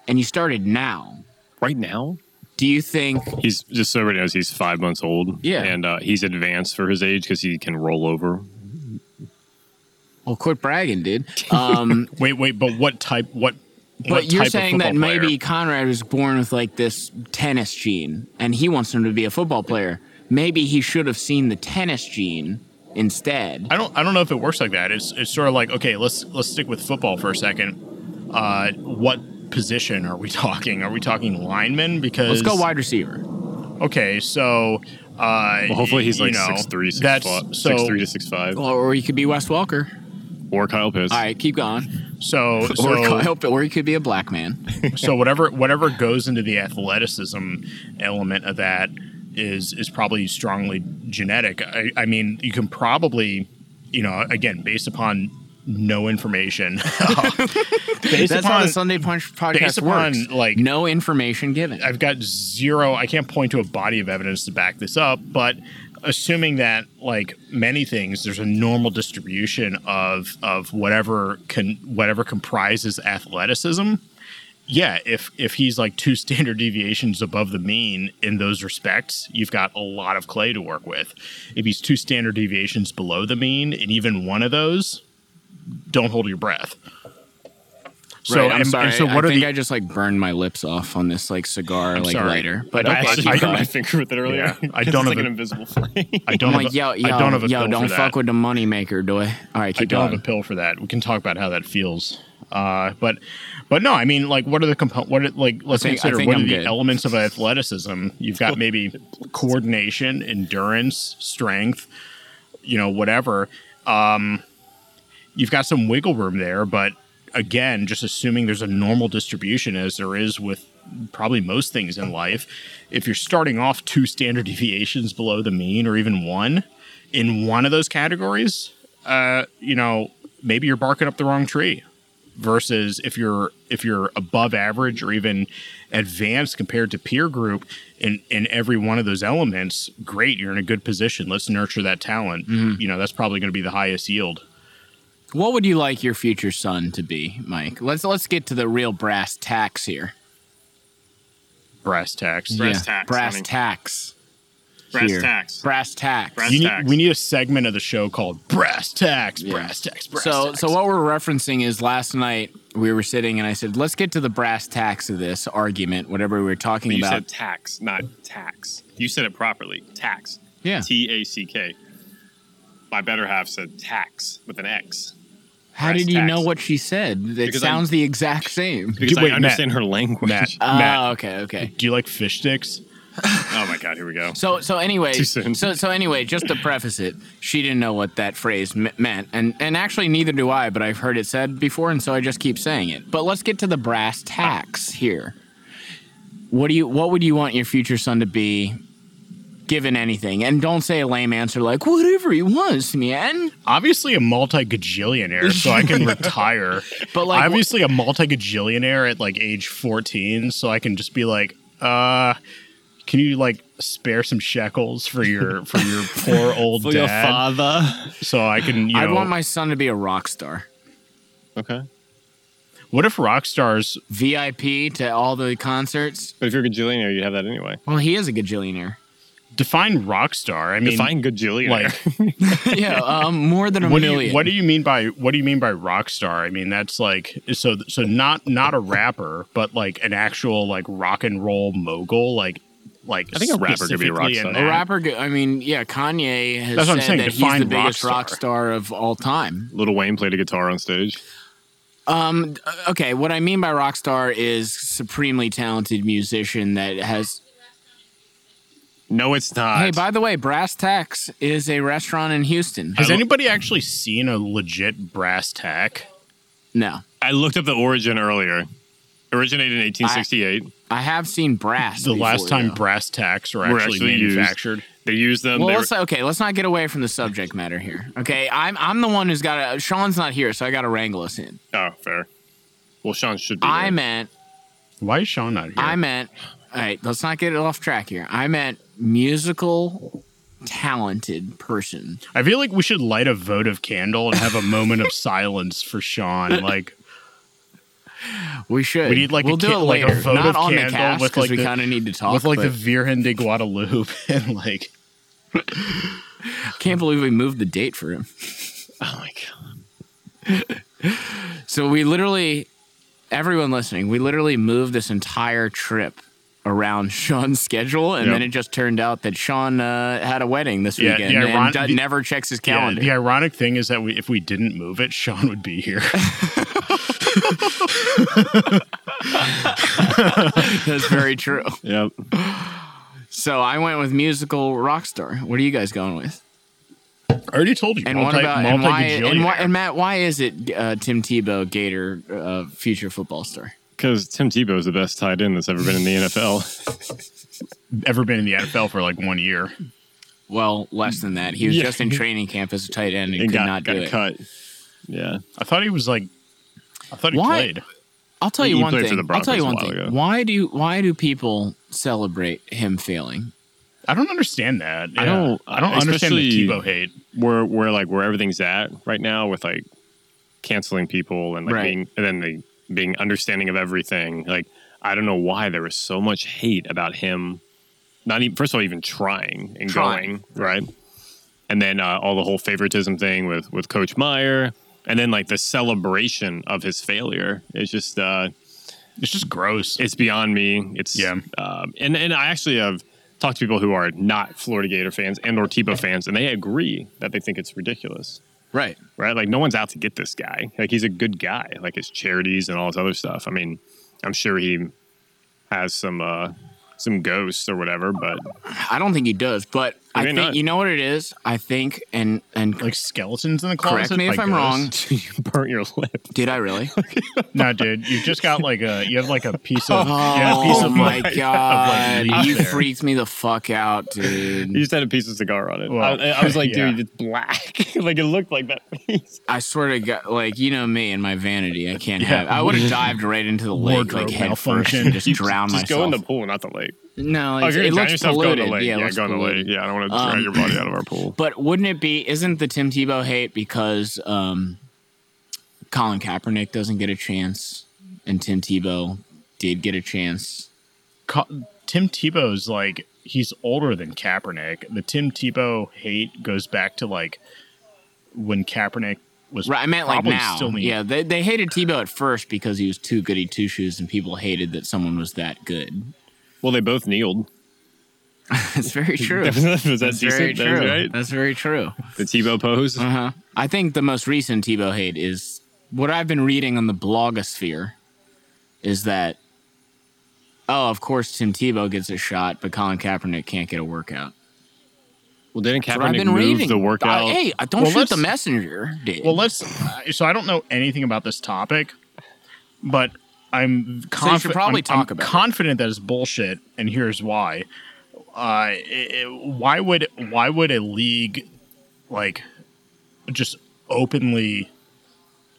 C: and you started now,
D: Right now,
C: do you think?
D: he's just so everybody knows he's five months old.
C: Yeah.
D: and uh, he's advanced for his age because he can roll over.
C: Well, quit bragging, dude. Um,
B: wait wait. But what type? What?
C: but you're saying that maybe Conrad was born with like this tennis gene and he wants him to be a football player. Maybe he should have seen the tennis gene instead.
B: I don't I don't know if it works like that. It's it's sort of like okay, let's let's stick with football for a second. Uh, what position are we talking? Are we talking linemen? Because
C: Let's go wide receiver.
B: Okay, so uh,
D: Well, hopefully he's
B: you
D: like
B: know,
D: six three, six
B: that's,
D: fi-
B: so
D: six three to six five,
C: Or, or he could be Wes Walker.
D: or Kyle Pitts.
C: All right, keep going.
B: so
C: or,
B: so,
C: Kyle- or he could be a black man.
B: so whatever whatever goes into the athleticism element of that is is probably strongly genetic. I, I mean, you can probably you know again based upon no information based
C: That's how
B: upon
C: the Sunday Punch podcast
B: based upon,
C: works.
B: like-
C: no information given.
B: I've got zero. I can't point to a body of evidence to back this up, but assuming that, like many things, there's a normal distribution of of whatever can whatever comprises athleticism. Yeah, if if he's like two standard deviations above the mean in those respects, you've got a lot of clay to work with. If he's two standard deviations below the mean in even one of those, don't hold your breath. So,
C: Right, I'm
B: and- and
C: sorry.
B: so what
C: I
B: are
C: think
B: the
C: I just like burned my lips off on this like cigar like
B: sorry.
C: lighter. But okay,
D: I actually
C: keep
D: hit
C: going.
D: my finger with it earlier.
B: Yeah, I don't
D: 'Cause it's
B: have
D: like
B: a-
D: an invisible flame.
B: I don't have
C: I'm like,
B: a-
C: yo, yo,
B: I don't have a
C: yo,
B: pill
C: don't
B: for
C: fuck
B: that.
C: with the moneymaker, do I? All right,
B: I
C: keep
B: don't
C: going.
B: have a pill for that. We can talk about how that feels. Uh, but but no, I mean like what are the compo- what are, like let's
C: think- I
B: consider
C: think
B: what are
C: I'm
B: the
C: good.
B: elements of athleticism? You've got maybe coordination, endurance, strength, you know, whatever. Um, you've got some wiggle room there, but again, just assuming there's a normal distribution as there is with probably most things in life, if you're starting off two standard deviations below the mean or even one in one of those categories, uh, you know, maybe you're barking up the wrong tree versus if you're if you're above average or even advanced compared to peer group in in every one of those elements great you're in a good position let's nurture that talent you know that's probably going to be the highest yield
C: What would you like your future son to be, Mike? Let's let's get to the real brass tacks here.
B: brass tacks
D: Brass tacks,
C: Brass
D: honey.
C: tacks.
D: Brass
C: here.
D: tacks.
C: Brass tacks.
D: Brass
B: you need,
D: tacks.
B: we need a segment of the show called brass tacks
C: Yeah.
B: brass tacks brass
C: so
B: tacks
C: so what we're referencing is last night we were sitting and I said, let's get to the brass tacks of this argument, whatever we were talking
D: You
C: about.
D: said tax, not tax. You said it properly. Tax.
C: yeah.
D: T A C K. My better half said tax with an X
C: How
D: brass
C: did you
D: tacks.
C: know what she said? It
D: Because I'm-
C: sounds the exact same.
B: Wait,
D: because I
B: Matt.
D: understand her language.
B: Matt,
C: Oh,
B: Matt,
C: okay, okay.
B: do you like fish sticks
D: Oh my god, here we go.
C: So so anyway,
D: Too soon.
C: so so anyway, just to preface it, she didn't know what that phrase me- meant, and and actually neither do I, but I've heard it said before, and so I just keep saying it. But let's get to the brass tacks here. What do you what would you want your future son to be? Given anything, and don't say a lame answer like whatever he wants, man.
B: obviously a multi gajillionaire, so I can retire.
C: But, like,
B: obviously a multi gajillionaire at like age fourteen, so I can just be like, uh, can you like spare some shekels for your for your poor old dad,
D: father.
B: so I can you know.
C: I want my son to be a rock star,
D: Okay.
B: what if rock stars?
C: VIP to all the concerts.
D: But if you're a gajillionaire, you have that anyway.
C: Well, he is a gajillionaire.
B: define rock star. I mean,
D: Define gajillionaire.
B: like
C: yeah, um, more than a
B: what do,
C: million.
B: you, what do you mean by what do you mean by rock star? I mean that's like so so not not a rapper, but like an actual like rock and roll mogul. Like like
D: I think a rapper could be a rock
B: specifically in
D: star.
B: that.
C: a rapper? go- I mean, yeah, Kanye has
B: That's what I'm
C: said
B: saying,
C: that he's
B: define
C: the biggest
B: rock
C: rock
B: star.
C: star of all time.
D: Little Wayne played a guitar on stage.
C: Um, okay, what I mean by rock star is supremely talented musician that has.
D: No, it's not.
C: Hey, by the way, Brass Tacks is a restaurant in Houston.
B: Has
D: I lo-
B: anybody actually seen a legit brass tack?
C: No,
D: I looked up the origin earlier. Originated in 1868.
C: I have seen brass.
B: The last
C: before,
B: time
C: though.
B: brass tacks were
D: Were
B: actually,
D: actually used.
B: manufactured.
D: they used them.
C: Well,
D: they were-
C: let's, okay, let's not get away from the subject matter here. Okay, I'm I'm the one who's got to. Sean's not here, so I got to wrangle us in.
D: oh, fair. Well, Sean should be.
C: I
D: there.
C: meant,
B: Why is Sean not here?
C: I meant. All right, let's not get off track here. I meant musical, talented person.
B: I feel like we should light a votive candle and have a moment of silence for Sean. Like
C: We should.
B: We need, like, a
C: we'll do
B: ca-
C: it
B: like a
C: later.
B: votive
C: not on the
B: candle
C: cast
B: with,
C: because
B: like,
C: we
B: the-
C: kind of need to talk.
B: with like the
C: but
B: Virgen de Guadalupe and like
C: I can't believe we moved the date for him.
D: Oh my god.
C: So we literally, everyone listening, we literally moved this entire trip around Sean's schedule, and
D: Yep.
C: then it just turned out that Sean uh, had a wedding this
B: Yeah,
C: weekend
B: the iron-
C: and d-
B: the-
C: never checks his
B: yeah,
C: calendar.
B: the ironic thing is that we, if we didn't move it, Sean would be here.
C: That's very true.
D: Yep.
C: So I went with musical rock star. What are you guys going with?
B: I already told you.
C: And
B: multi,
C: what about and why, and, why,
B: multi-bajillionaire.
C: and Matt? Why is it uh, Tim Tebow, Gator, uh, future football star?
D: Because Tim Tebow is the best tight end that's ever been in the NFL.
B: ever been in the NFL for like one year.
C: Well, less than that. He was
D: Yeah.
C: just in training camp as a tight end and
D: It
C: could
D: got,
C: not do
D: got
C: it.
D: cut. Yeah.
B: I thought he was like. I thought he
C: Why?
B: played.
C: I'll tell
D: He-
C: you
D: he
C: one
D: played for
C: thing.
D: the
C: I'll tell you
D: Broncos a
C: one
D: while
C: thing.
D: ago.
C: Why do why do people celebrate him failing?
B: I don't understand that.
D: I
B: Yeah.
D: don't-
B: I don't understand the
D: especially-
B: Tebow hate.
D: Where where like where everything's at right now with like canceling people and like
C: Right.
D: being and then like, being understanding of everything. Like I don't know why there was so much hate about him. Not even first of all, even trying and
C: Trying.
D: going right, and then uh, all the whole favoritism thing with with Coach Meyer, and then like the celebration of his failure. It's just. uh
B: It's just gross.
D: it's beyond me. It's
B: Yeah.
D: Um, and and I actually have talked to people who are not Florida Gator fans and or Tebow fans, and they agree that they think it's ridiculous.
C: Right.
D: Right? Like no one's out to get this guy. Like he's a good guy. Like his charities and all his other stuff. I mean, I'm sure he has some uh some ghosts or whatever, but
C: I don't think he does, but I
D: Maybe
C: think
D: not.
C: you know what it is. I think and and
B: like skeletons in the closet.
C: correct me if
B: I
C: I'm wrong.
B: guess.
D: you burnt your lip.
C: Did I really?
B: No, dude, you've just got like a you have like a piece of
C: Oh
B: you have a piece of
C: my
B: like,
C: god!
B: leaf
C: you
B: there.
C: freaked me the fuck out, dude.
D: You just had a piece of cigar on it.
B: Well,
D: I, I was like,
B: yeah.
D: dude, it's black. like it looked like that piece.
C: I swear to God, like you know me and my vanity, I can't
B: Yeah.
C: have. I would have dived right into the lake,
B: Wardrobe
C: like head first,
B: malfunction.
C: and just
D: You
C: drowned
D: just
C: myself.
D: go in the pool, not the lake.
C: no,
D: Oh,
C: it's,
D: you're
C: it
D: gonna drown
C: looks
D: yourself, go in the
C: polluted.
D: lake.
C: yeah, it looks
D: go in the
C: polluted.
D: lake. Yeah, I don't want to
C: Um,
D: drown your body out of our pool.
C: But wouldn't it be? Isn't the Tim Tebow hate because um, Colin Kaepernick doesn't get a chance, and Tim Tebow did get a chance?
B: Co- Tim Tebow's like he's older than Kaepernick. The Tim Tebow hate goes back to like when Kaepernick was
C: Right, I meant like
B: probably
C: now.
B: Still in-
C: yeah, they, they hated Tebow at first because he was too goody two shoes, and people hated that someone was that good.
D: Well, they both kneeled.
C: That's very true.
D: was that
C: That's very
D: decent? That was
C: true.
D: right?
C: That's very true.
D: The Tebow pose.
C: Uh huh. I think the most recent Tebow hate is what I've been reading on the blogosphere is that, oh, of course, Tim Tebow gets a shot, but Colin Kaepernick can't get a workout.
D: Well, didn't
C: That's what I've
D: Kaepernick
C: been
D: move
C: reading.
D: the workout?
C: I, hey, I don't
B: Well,
C: shoot
B: let's-
C: the messenger, dude.
B: Well, let's. So I don't know anything about this topic, but I'm confident.
C: probably
B: I'm,
C: talk
B: I'm
C: about it.
B: confident that it's bullshit, and here's why. Uh, it- it- why would why would a league like just openly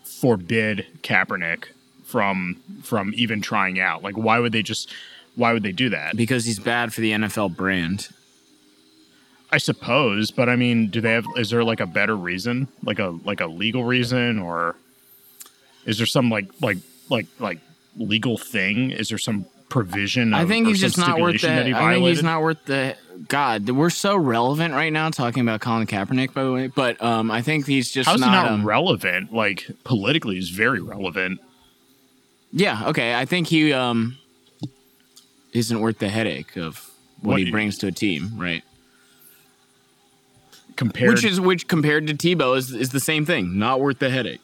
B: forbid Kaepernick from from even trying out? Like, why would they just? Why would they do that?
C: because he's bad for the NFL brand.
B: I suppose, but I mean, do they have? Is there like a better reason, like a like a legal reason, or is there some like like like like legal thing? Is there some provision.
C: I
B: of-
C: think
B: or
C: he's
B: some
C: just not worth
B: stipulation
C: the.
B: that he
C: I think he's
B: violated?
C: not worth the. God, we're so relevant right now talking about Colin Kaepernick, by the way. But um, I think he's just
B: How's
C: not.
B: he not
C: um,
B: relevant? Like politically, he's very relevant.
C: yeah, okay. I think he um isn't worth the headache of what,
B: What
C: he
B: you-
C: brings to a team, right?
B: Compared,
C: Which is which compared to Tebow is is the same thing. Not worth the headache.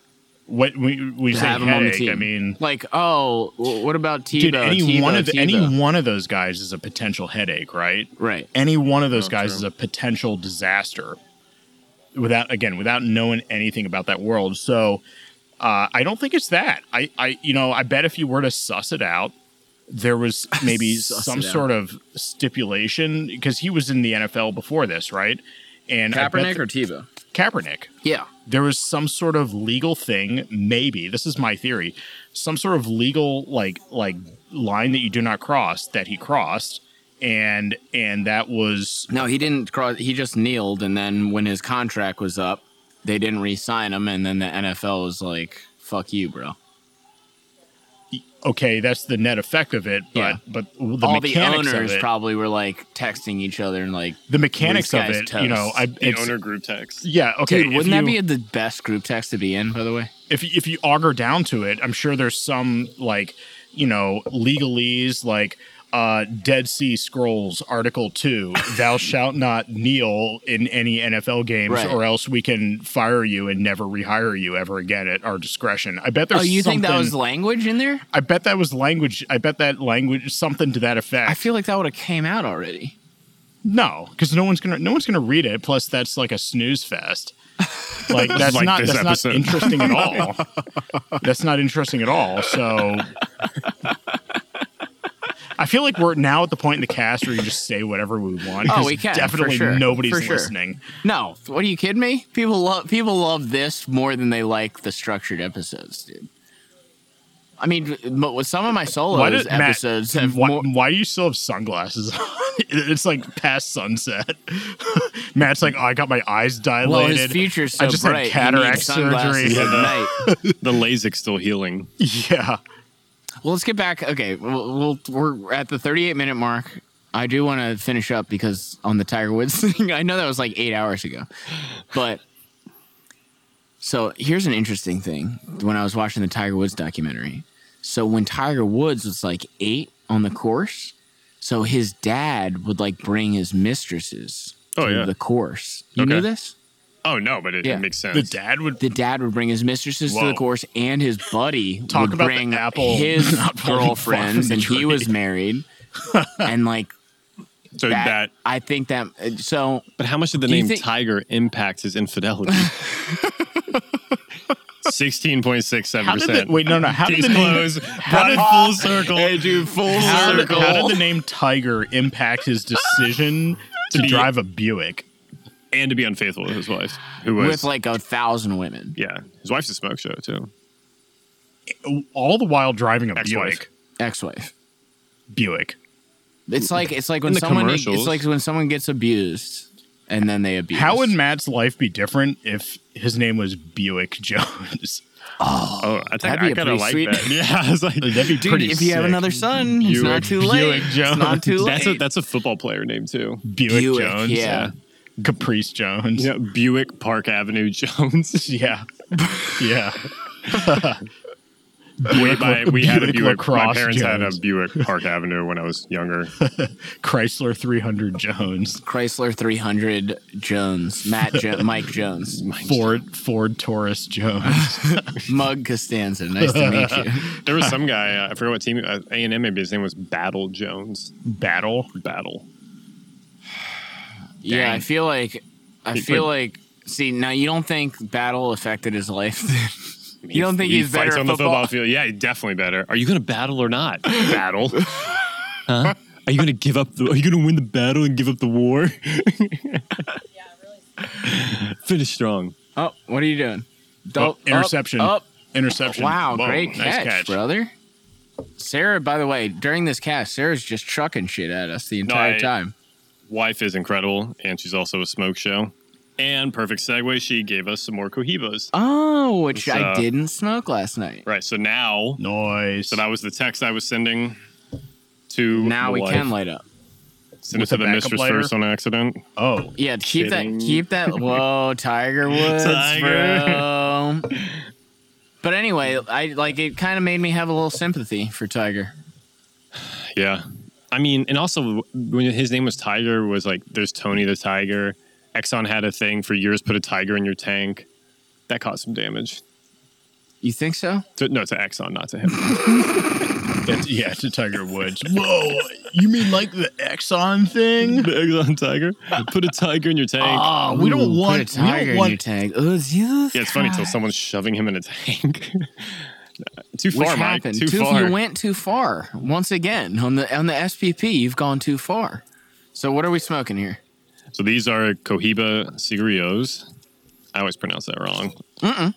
B: what we we
C: to
B: say
C: have him on the
B: headache,
C: team.
B: I mean,
C: like, oh, w- what about Tebow?
B: dude, any
C: Tebow,
B: one of the, any
C: Tebow?
B: one of those guys is a potential headache, right?
C: right?
B: Any one of those
D: Oh,
B: guys
D: true.
B: is a potential disaster. Without again, without knowing anything about that world, so uh, I don't think it's that. I, I, you know, I bet if you were to suss it out, there was maybe
C: Suss
B: some
C: it out.
B: sort of stipulation because he was in the NFL before this, right? And I bet
C: Kaepernick
B: th-
C: or Tebow?
B: Kaepernick.
C: Yeah,
B: there was some sort of legal thing maybe this is my theory some sort of legal like like line that you do not cross that he crossed and and that was
C: No, he didn't cross. He just kneeled, and then when his contract was up, they didn't re-sign him, and then the NFL was like, "Fuck you, bro."
B: okay that's the net effect of it but
C: Yeah.
B: but the
C: All the
B: mechanics
C: owners
B: of it,
C: probably were like texting each other and like,
B: the mechanics
C: These
B: of
C: guys
B: it you know
C: toast.
B: i
D: The
B: it's-
D: owner group text.
B: yeah okay
C: "Dude,
B: if
C: wouldn't that
B: you-
C: be the best group text to be in?" By the way,
B: if you- if you auger down to it, I'm sure there's some like you know legalese like uh, Dead Sea Scrolls Article Two: Thou shalt not kneel in any NFL games,
C: Right.
B: or else we can fire you and never rehire you ever again at our discretion. I bet there's.
C: oh, you
B: something,
C: think that was language in there?
B: I bet that was language. I bet that language something to that effect.
C: I feel like that would have came out already.
B: no, because no one's gonna no one's gonna read it. Plus, that's like a snooze fest. Like that's
D: Like
B: not
D: this
B: that's
D: episode.
B: not interesting at all. that's not interesting at all. So. I feel like we're now at the point in the cast where you just say whatever we want.
C: Oh,
B: 'cause
C: we can, for
B: Definitely
C: sure,
B: nobody's
C: for sure.
B: listening.
C: No, what are you kidding me? People love people love this more than they like the structured episodes, dude. I mean, m- with some of my
B: Why
C: solos
B: did Matt,
C: episodes have
B: why,
C: more.
B: why do you still have sunglasses on? It's like past sunset. Matt's like, oh, I got my eyes dilated.
C: Well, his future's so
B: I just had
C: bright.
B: cataract
C: he needs sunglasses
B: surgery.
C: at night.
D: The LASIK's still healing.
B: yeah.
C: Well, let's get back. Okay, we'll, we'll, we're at the 38 minute mark. I do want to finish up because on the Tiger Woods thing, I know that was like eight hours ago, but so here's an interesting thing. When I was watching the Tiger Woods documentary, so when Tiger Woods was like eight on the course, so his dad would like bring his mistresses
D: Oh,
C: to
D: yeah.
C: the course. You
D: Okay.
C: knew this?
D: Oh no, but it,
C: Yeah.
D: it makes sense.
B: The dad would
C: the dad would bring his mistresses to
B: Whoa.
C: the course, and his buddy
B: Talk
C: would
B: about the
C: bring
B: apple
C: his
B: not falling far
C: girlfriends,
B: from the
C: and he
B: tree.
C: was married. and like
D: so
C: that,
D: that,
C: I think that so
D: but how much did the
C: Do you
D: name
C: think-
D: Tiger impact his infidelity? Sixteen point six seven
B: How did the,
D: percent.
B: wait, no, no. How did
D: Case
B: the name,
D: closed. Brought it full circle.
C: full
B: how did, how did the name Tiger impact his decision to
D: be-
B: drive a Buick?
D: and to be unfaithful with his wife, who was
C: with like a thousand women.
D: yeah, his wife's a smoke show too.
B: All the while driving a
D: Ex-wife.
B: Buick.
C: Ex-wife.
B: Buick.
C: It's like it's like when
D: the
C: someone it's
D: commercials.
C: like when someone gets abused and then they abuse.
B: How would Matt's life be different if his name was Buick Jones?
D: Oh, I think
C: That'd be
D: I
C: a
D: kind
C: pretty
D: of like
C: sweet-
D: that. Yeah, I was like,
B: That'd be
C: Dude,
B: pretty
C: if you have
B: sick.
C: another son, it's
D: Buick-
C: not too late.
B: Buick
C: It's not too late.
D: that's a that's a football player name too.
B: Buick,
C: Buick,
B: Jones.
C: yeah.
B: Caprice Jones.
D: You know, Buick Park Avenue Jones.
B: Yeah. Yeah.
D: we, my, we had a
B: Buick
D: Buick. My
B: lacrosse
D: parents had a
B: Jones.
D: Buick Park Avenue when I was younger.
B: Chrysler 300 Jones.
C: Chrysler 300 Jones, Matt jo- Mike Jones,
B: Ford Ford Taurus Jones.
C: Mug Costanza. Nice to meet you.
D: There was some guy. Uh, I forget what team. A and M. Maybe his name was Battle Jones.
B: Battle.
D: Battle.
C: Yeah, I feel like I
D: He
C: feel
D: could-
C: like see now you don't think battle affected his life. you don't think
D: he
C: he's better
D: fights
C: at
D: on the
C: football?
D: football field? Yeah, he's definitely better. Are you going to battle or not? battle. Huh? Are you going to give up? The, are you going to win the battle and give up the war? Finish strong.
C: Oh, what are you doing? Don't- up,
B: interception.
C: Up.
B: Interception.
C: Wow,
B: Whoa,
C: great
B: nice
C: catch, brother. Sarah, by the way, during this cast, Sarah's just trucking shit at us the entire
D: I-
C: time.
D: Wife is incredible, and she's also a smoke show. And perfect segue, she gave us some more cohibas.
C: Oh, which
D: It's,
C: I
D: uh,
C: didn't smoke last night.
D: Right. So now,
B: Noise.
D: so that was the text I was sending to
C: Now
D: the
C: we
D: wife.
C: can light up.
D: send it
B: With
D: to
B: a
D: the
B: backup
D: mistress
B: lighter?
D: first on accident.
B: Oh,
C: Yeah, keep
D: Kidding.
C: that. Keep that. Whoa, Tiger Woods,
D: Tiger.
C: bro. But anyway, I like it. Kind of made me have a little sympathy for Tiger.
D: Yeah, I mean, and also when his name was Tiger, was like there's Tony the Tiger. Exxon had a thing for years, put a tiger in your tank. That caused some damage.
C: You think so?
D: To, no, to Exxon, not to him.
B: that's, yeah, to Tiger Woods. Whoa, you mean like the Exxon thing?
D: the Exxon Tiger. Put a tiger in your tank.
B: Oh, we don't
C: Ooh,
B: want.
C: put a tiger
B: we don't
C: in your
B: want.
C: tank. Oh, you
D: yeah, it's funny till someone's shoving him in a tank. too
C: Which
D: far, Mike.
C: happened?
D: Too,
C: Too-
D: far.
C: You went too far once again on the on the SPP. You've gone too far. So what are we smoking here?
D: So these are Cohiba cigarillos. I always pronounce that wrong.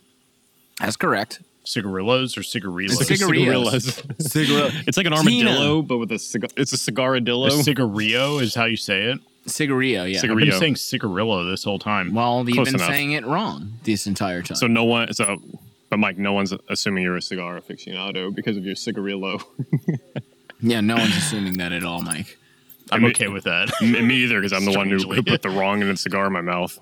C: That's correct.
B: Cigarillos or cigarillos?
C: It's like a Cigarillos.
D: Cigarillos.
C: Cigarillo.
D: It's like an armadillo, but with a cigar. It's a cigaradillo.
B: A cigarillo is how you say it.
C: Cigarillo. Yeah.
D: Cigar-
B: I've been
D: Cigarillo.
B: saying cigarillo this whole time.
C: well, you've
D: Close
C: been
D: enough.
C: saying it wrong this entire time.
D: so no one. So, but Mike, no one's assuming you're a cigar aficionado because of your cigarillo.
C: yeah, no one's assuming that at all, Mike.
B: I'm
D: I mean-
B: okay with that.
D: Me me either, because I'm the one who, who
B: Strangely.
D: put the wrong in a cigar in my mouth.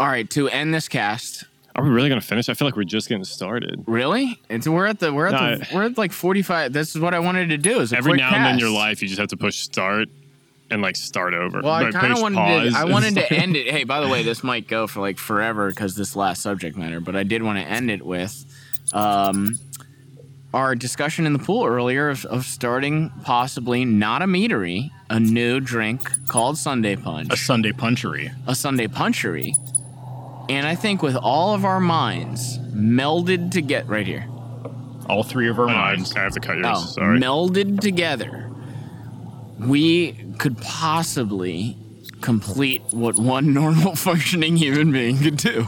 C: All right, to end this cast,
D: Are we really gonna finish? I feel like we're just getting started.
C: really? It's we're at the we're at
D: No,
C: the
D: I-
C: we're at like forty five. This is what I wanted to do. Is a
D: Every
C: quick
D: now and then in your
C: cast.
D: life, you just have to push start and like start over.
C: Well, I
D: Like,
C: kind of
D: push
C: wanted to, I
D: pause.
C: wanted to end it. Hey, by the way, this might go for like forever because this last subject matter, but I did want to end it with um, our discussion in the pool earlier of, of starting possibly not a meadery, a new drink called Sunday Punch
B: A Sunday punchery.
C: a Sunday punchery. And I think with all of our minds melded to get right here.
B: All three of our
D: Oh, I,
B: minds.
D: I have to cut yours.
C: Oh,
D: Sorry.
C: melded together, we could possibly complete what one normal functioning human being could do.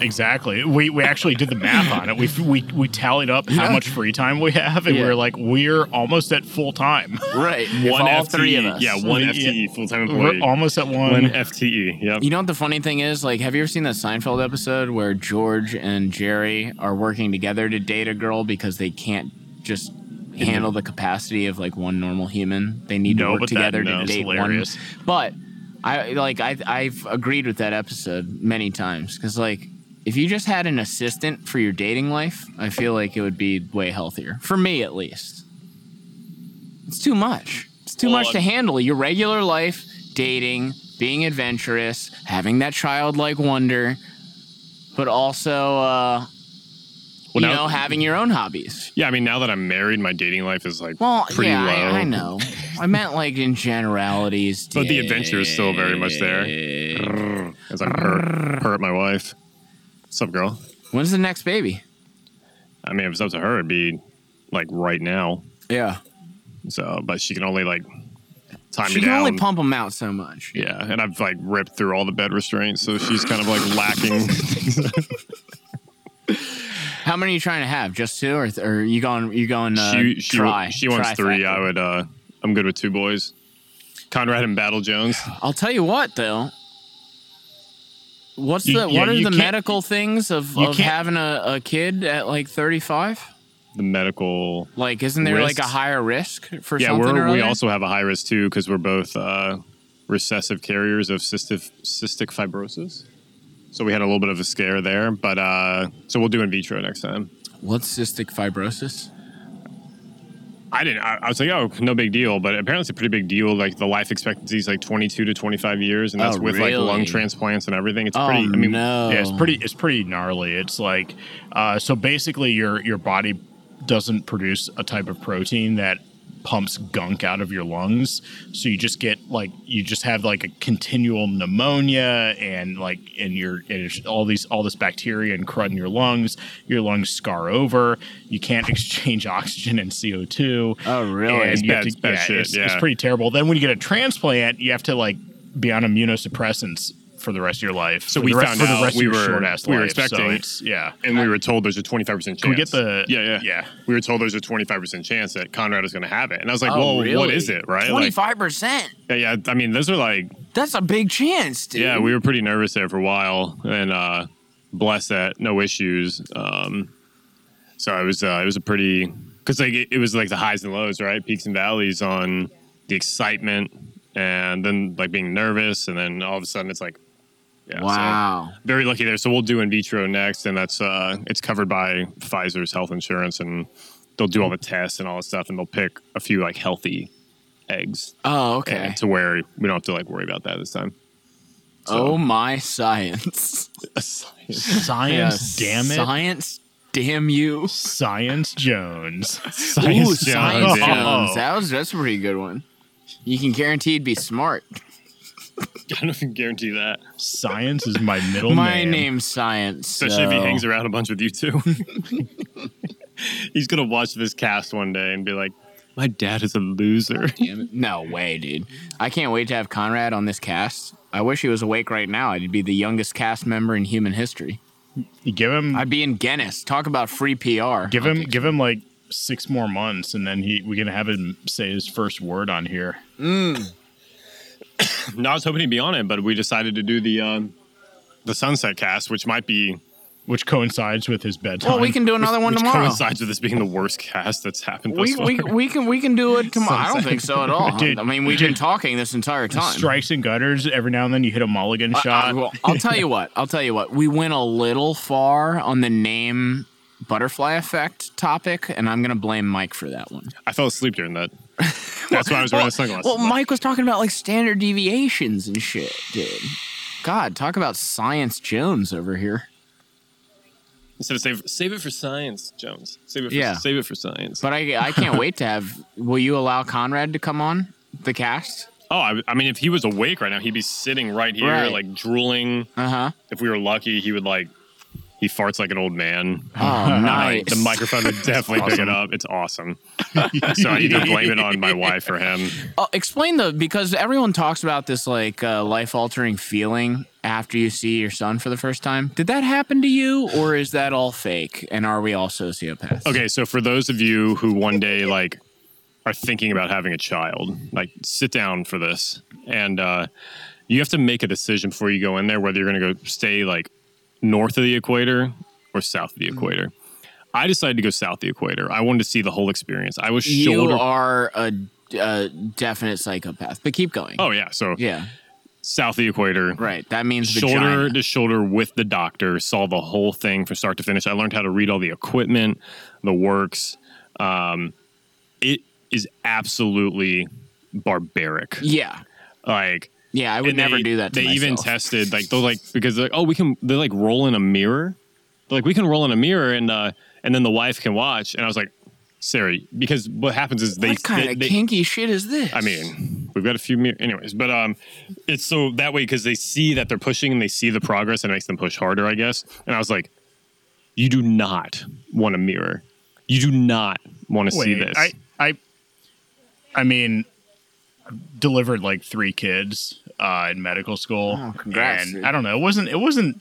B: Exactly. We we actually did the math on it. We we we tallied up how
C: Yeah.
B: much free time we have, and
C: Yeah.
B: we were like, we're almost at full time.
C: right.
D: one
C: all
D: FTE,
C: three of us.
D: Yeah, one E.
B: Yeah.
D: FTE full time
B: We're
D: employee.
B: almost at
D: one
B: one.
D: FTE. Yep.
C: You know what the funny thing is? Like, have you ever seen that Seinfeld episode where George and Jerry are working together to date a girl because they can't just handle the capacity of like one normal human? They need
B: No,
C: to work
B: but that-
C: together
B: no,
C: to
B: it's
C: date
B: hilarious.
C: one. But I like I I've agreed with that episode many times because like if you just had an assistant for your dating life, I feel like it would be way healthier for me at least. It's too much. It's too much to handle. Your regular life, dating, being adventurous, having that childlike wonder, but also, uh, you
D: now-
C: know, having your own hobbies.
D: Yeah, I mean, now that I'm married, my dating life is like
C: Well,
D: pretty
C: yeah, I-
D: low.
C: I, know. I meant like in generalities.
D: But the adventure is still very much there.
C: Dick.
D: As I hurt, hurt my wife. What's up, girl?
C: When's the next baby?
D: I mean, if it's up to her, it'd be like right now.
C: Yeah.
D: So, but she can only like time
C: She
D: me
C: can
D: down.
C: only pump them out so much.
D: yeah, and I've like ripped through all the bed restraints, so she's kind of like lacking.
C: How many are you trying to have? Just two, or, th- or you going? You going? Uh,
D: she she,
C: try.
D: she wants three.
C: trifecta?
D: I would. uh I'm good with two boys, Conrad and Battle Jones.
C: I'll tell you what though. What's the
B: You- yeah,
C: what are
B: you
C: the
B: can't-
C: medical things of,
B: you
C: of
B: can't-
C: having a, a kid at like thirty five?
D: The medical
C: Like, isn't there like a
D: Risks?
C: higher risk for
D: yeah,
C: something?
D: we're,
C: or
D: we
C: other?
D: also have a high risk too because we're both uh, recessive carriers of cystic, cystic fibrosis. So we had a little bit of a scare there, but uh, so we'll do in vitro next time.
C: what's cystic fibrosis?
D: I didn't. I, I was like, oh, no big deal, but apparently it's a pretty big deal. Like the life expectancy is like 22 to 25 years, and that's
C: Oh,
D: with like lung
C: really?
D: transplants and everything. It's
C: Oh
D: pretty. I mean,
C: no!
B: Yeah, it's pretty.
D: Um,
B: It's pretty gnarly. It's like, uh, so basically, your your body doesn't produce a type of protein that pumps gunk out of your lungs, so you just get like you just have like a continual pneumonia and like and your and it's all these all this bacteria and crud in your lungs. Your lungs scar over. You can't exchange oxygen and CO two.
C: Oh really?
B: And
D: It's
B: you have
D: bad-
B: to-
D: it's bad
B: yeah,
D: shit,
B: It's, it's
D: yeah.
B: pretty terrible. Then when you get a transplant, you have to like be on immunosuppressants for the rest of your life.
D: So
B: for
D: we
B: the re-
D: found
B: for
D: out
B: the rest
D: we
B: of your
D: were-
B: short ass
D: we were
B: life. So
D: expecting-
B: it's- yeah.
D: and we were told there's a 25% chance.
B: Can we get the
D: Yeah, yeah.
B: yeah.
D: We were told there's a 25% chance that Conrad is going to have it. And I was like,
C: Oh,
D: well, what
C: really?
D: is it, right?
C: Twenty
D: Like,
C: five percent.
D: yeah, yeah. I mean, those are like
C: That's a big chance, dude.
D: Yeah, we were pretty nervous there for a while, and uh, bless that, no issues. Um, so it was uh, it was a pretty because like it, it was like the highs and lows, right? Peaks and valleys on the excitement, and then like being nervous, and then all of a sudden it's like, yeah, so
C: wow.
D: very lucky there. So we'll do in vitro next, and that's uh, it's covered by Pfizer's health insurance, and they'll do all the tests and all the stuff, and they'll pick a few like healthy eggs
C: oh,
D: and
C: okay.
D: to where we don't have to like worry about that this time.
C: Oh my science.
B: Science,
C: Yeah,
B: damn it.
C: Science, damn you.
B: Science Oh, Jones.
D: Science
C: Ooh,
D: Jones,
C: Science
D: yeah.
C: Jones. That was that's a pretty good one. You can guaranteed be smart.
D: I don't even guarantee that,
B: Science is my middle
C: my
B: name.
C: name's Science.
D: especially if he
C: so-
D: hangs around a bunch with you too. He's gonna watch this cast one day and be like, "My dad is a loser."
C: Damn it. No way, dude. I can't wait to have Conrad on this cast. I wish he was awake right now. I'd be the youngest cast member in human history.
B: You give him
C: I'd be in Guinness. Talk about free PR.
B: give him give him like six more months and then he we can have him say his first word on here.
D: No, I was hoping he'd be on it, but we decided to do the um, the sunset cast, which might be
B: Which coincides with his bedtime.
C: Well, we can do another one
D: which
C: tomorrow.
D: coincides with this being the worst cast that's happened
C: We,
D: thus far.
C: we, we can we can do it tomorrow. I don't think so at all.
B: Dude,
C: I mean, we've been
B: dude.
C: talking this entire time.
B: strikes and gutters. Every now and then you hit a mulligan
C: I,
B: shot.
C: will tell you what. I'll tell you what. We went a little far on the name butterfly effect topic, and I'm gonna blame Mike for that one.
D: I fell asleep during that. That's why I was wearing the sunglasses.
C: Well, Mike was talking about like standard deviations and shit, dude. God, talk about Science Jones over here.
D: Instead of save, save it for science, Jones. Save it for,
C: Yeah.
D: save it for science.
C: But I, I can't wait to have. Will you allow Conrad to come on the cast?
D: oh, I, I mean, if he was awake right now, he'd be sitting right here,
C: Right.
D: like drooling.
C: Uh huh.
D: If we were lucky, he would like, he farts like an old man.
C: Oh, nice.
D: The microphone would definitely pick it up. It's awesome. so I either blame it on my wife or him.
C: Oh, explain the because everyone talks about this like uh, life altering feeling after you see your son for the first time. Did that happen to you, or is that all fake? And are we all sociopaths?
D: Okay, so for those of you who one day like are thinking about having a child, like sit down for this, and uh, you have to make a decision before you go in there whether you're going to go stay like north of the equator or south of the
C: Mm-hmm.
D: equator. I decided to go south of the equator. I wanted to see the whole experience. I was
C: you
D: shoulder.
C: are a, a definite psychopath. But keep going.
D: oh yeah, so
C: yeah,
D: south of the equator,
C: right. That means
D: shoulder
C: vagina.
D: to shoulder with the doctor, saw the whole thing from start to finish. I learned how to read all the equipment, the works. Um, it is absolutely barbaric.
C: Yeah,
D: Like
C: yeah. I would
D: and
C: never
D: they-
C: do that. To
D: they even
C: myself.
D: tested like they're like because they're like oh we can they like roll in a mirror, They're like we can roll in a mirror and uh and then the wife can watch. And I was like, Sarah, because what happens is they
C: what kind
D: they-
C: of
D: they-
C: kinky shit is this?
D: I mean, we've got a few mirrors, anyways. But um, it's so that way because they see that they're pushing and they see the progress and it makes them push harder, I guess. And I was like, you do not want a mirror. You do not want to see
B: Wait,
D: this.
B: I, I, I mean, I've delivered like three kids uh, in medical school.
C: Oh, congrats,
B: and
C: dude.
B: I don't know. It wasn't. It wasn't.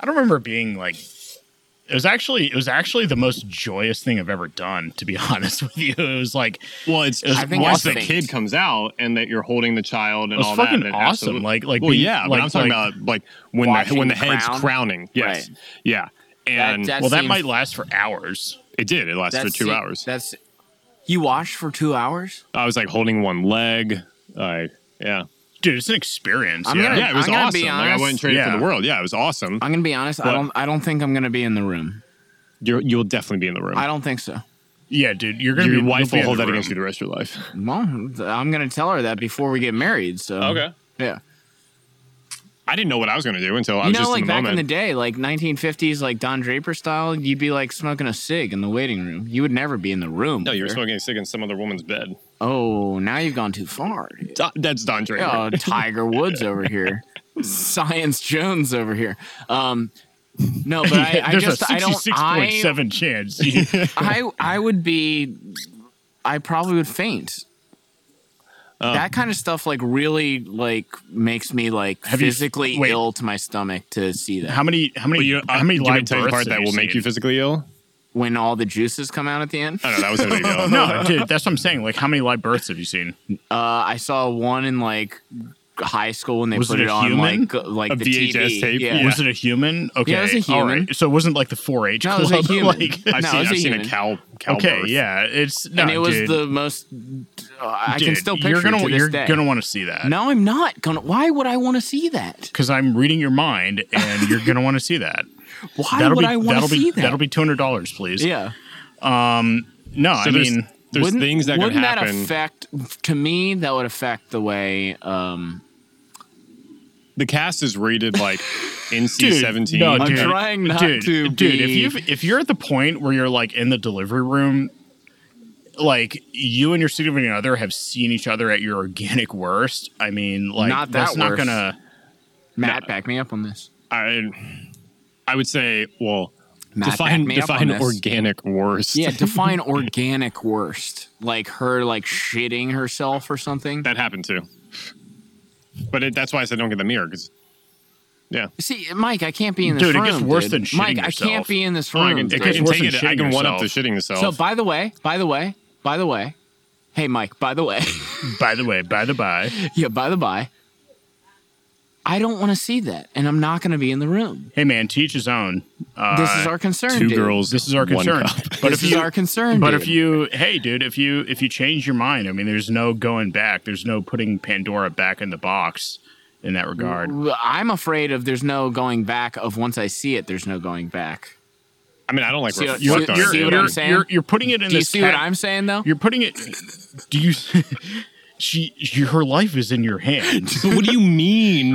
B: I don't remember it being like. It was actually. It was actually the most joyous thing I've ever done. To be honest with you, it was like
D: well, it's
C: I think
D: once
C: I
D: the
C: think-
D: kid comes out and that you're holding the child and
B: was
D: all
B: fucking
D: Oh, that. and it
B: awesome.
D: absolutely-
B: Like- like
D: well,
B: being-
D: yeah. but
B: like-
D: I'm talking
B: like
D: about like when the
C: watching
D: when the
C: the
D: head's
C: crown.
D: crowning. Yes.
C: Right.
D: Yeah. And
C: that
B: well, that
C: seems-
B: might last for hours.
D: it did. It lasted for
C: That's
D: two
C: it.
D: hours.
C: That's you watched for two hours.
D: I was like holding one leg. Like yeah.
B: Dude, it's an experience.
C: I'm
B: yeah.
C: gonna-
D: Yeah, it was
C: I'm gonna
D: awesome.
C: be
D: like I
C: honest.
D: wouldn't trade it
B: Yeah.
D: for the world. Yeah, it was awesome.
C: I'm gonna be honest. I
D: What?
C: don't. I don't think I'm gonna be in the room.
D: You're, you'll definitely be in the room.
C: I don't think so.
B: yeah, dude, you're gonna
D: Your
B: be
D: wife
B: you'll be
D: will
B: in
D: hold
B: the
D: that against you
B: room.
D: the rest of your life.
C: Well, I'm gonna tell her that before we get married. So yeah.
D: I didn't know what I was going to do until I
C: You
D: was
C: know,
D: just
C: like
D: in the
C: back
D: moment.
C: in the day, like 1950s, like Don Draper style, you'd be like smoking a cig in the waiting room. You would never be in the room.
D: no, you were
C: sir.
D: smoking a cig in some other woman's bed.
C: Oh, now you've gone too far. dude.
D: Don, that's Don Draper.
C: Oh, Tiger Woods over here, Science Jones over here. Um, no, but I, I
B: There's
C: just
B: a
C: I don't. I,
B: 66.7 chance. You,
C: I I would be I probably would faint.
B: Oh.
C: that kind of stuff like really like makes me like
B: Have you-
C: physically
B: wait.
C: ill to my stomach to see that.
B: how many? How many?
D: But you,
B: how many
D: you want me
B: live
D: to tell you the
B: births
D: part that
B: have
D: will make you
B: seen?
D: physically ill?
C: when all the juices come out at the end. uh,
D: I don't know. That was a big deal.
B: No, dude, that's what I'm saying. Like, how many live births have you seen?
C: Uh, I saw one in like high school and they
B: Was
C: put
B: it
C: it,
B: a
C: on
B: human?
C: like uh, like
D: A
C: the
D: VHS
C: TV.
D: tape?
C: Yeah.
D: Yeah.
B: Was it a human? Okay,
C: was a
B: all
C: human.
B: right. So it wasn't like the 4-H
C: No, it was
B: club.
C: a human.
B: like,
C: No,
D: I've
C: it
D: seen,
C: was
D: I've
C: a
D: seen a
C: human.
D: cow. cow
B: okay,
D: birth.
B: yeah, it's no,
C: and it was
B: dude,
C: the most. uh, I can
B: dude,
C: still picture
B: You're gonna
C: it to this
B: you're
C: day.
B: gonna want to see that
C: no, I'm not gonna. Why would I want to see that?
B: because I'm reading your mind, and you're gonna want to see that.
C: Why
B: that'll
C: would
B: be
C: I want
B: that'll
C: to
B: be
C: see that?
B: that'll be two hundred dollars, please.
C: yeah.
B: No, I
D: So there's,
B: mean,
D: there's
C: Wouldn't-
D: things that could
C: wouldn't
D: happen.
C: that affect to me? That would affect the way. Um,
D: the cast is rated like NC seventeen.
B: No,
C: I'm
B: dude,
C: trying not
B: dude,
C: to
B: Dude, if
C: be-
B: you if you're at the point where you're like in the delivery room, like you and your significant other have seen each other at your organic worst. I mean, like
C: Not that
B: that's not
C: worst.
B: gonna.
C: Matt, back me up on this.
D: I, I would say, well,
C: Matt,
D: define
C: back me up on
D: define
C: this.
D: organic worst.
C: Yeah, define organic worst. Like her, like shitting herself or something.
D: that happened too. But it, that's why I said don't get the mirror because, yeah,
C: See, Mike, I can't be in this
B: Dude, it
C: room.
B: gets worse
C: dude.
B: than shitting
C: Mike, I
B: yourself.
C: can't be in this
D: I
C: room.
D: can, I
C: dude.
B: gets
D: can
B: worse
D: take
B: than
D: it. I can
B: shitting
D: one up the
B: yourself.
D: shitting yourself.
C: so, by the way, by the way, by the way, hey, Mike, by the way,
B: By the way, by the by,
C: yeah, by the by, I don't want to see that, and I'm not going to be in the room.
B: hey man, teach his own. Uh,
C: This is our concern,
D: two
C: dude.
D: girls.
B: this is our
D: one
B: concern.
D: cup.
B: But
C: this
B: if
C: is
B: you
C: our concern.
B: but
C: dude.
B: if you hey dude, if you if you change your mind, I mean, there's no going back. There's no putting Pandora back in the box in that regard.
C: I'm afraid of there's no going back. Of once I see it, there's no going back.
D: I mean, I don't like
C: See- uh,
D: reflect
C: see-
D: on it.
C: see what I'm
B: you're,
C: saying?
B: You're, you're putting it in
C: Do you
B: this
C: see what
B: cat-
C: I'm saying, though?
B: You're putting it. Do you? She, she, her life is in your hand.
D: But what do you mean?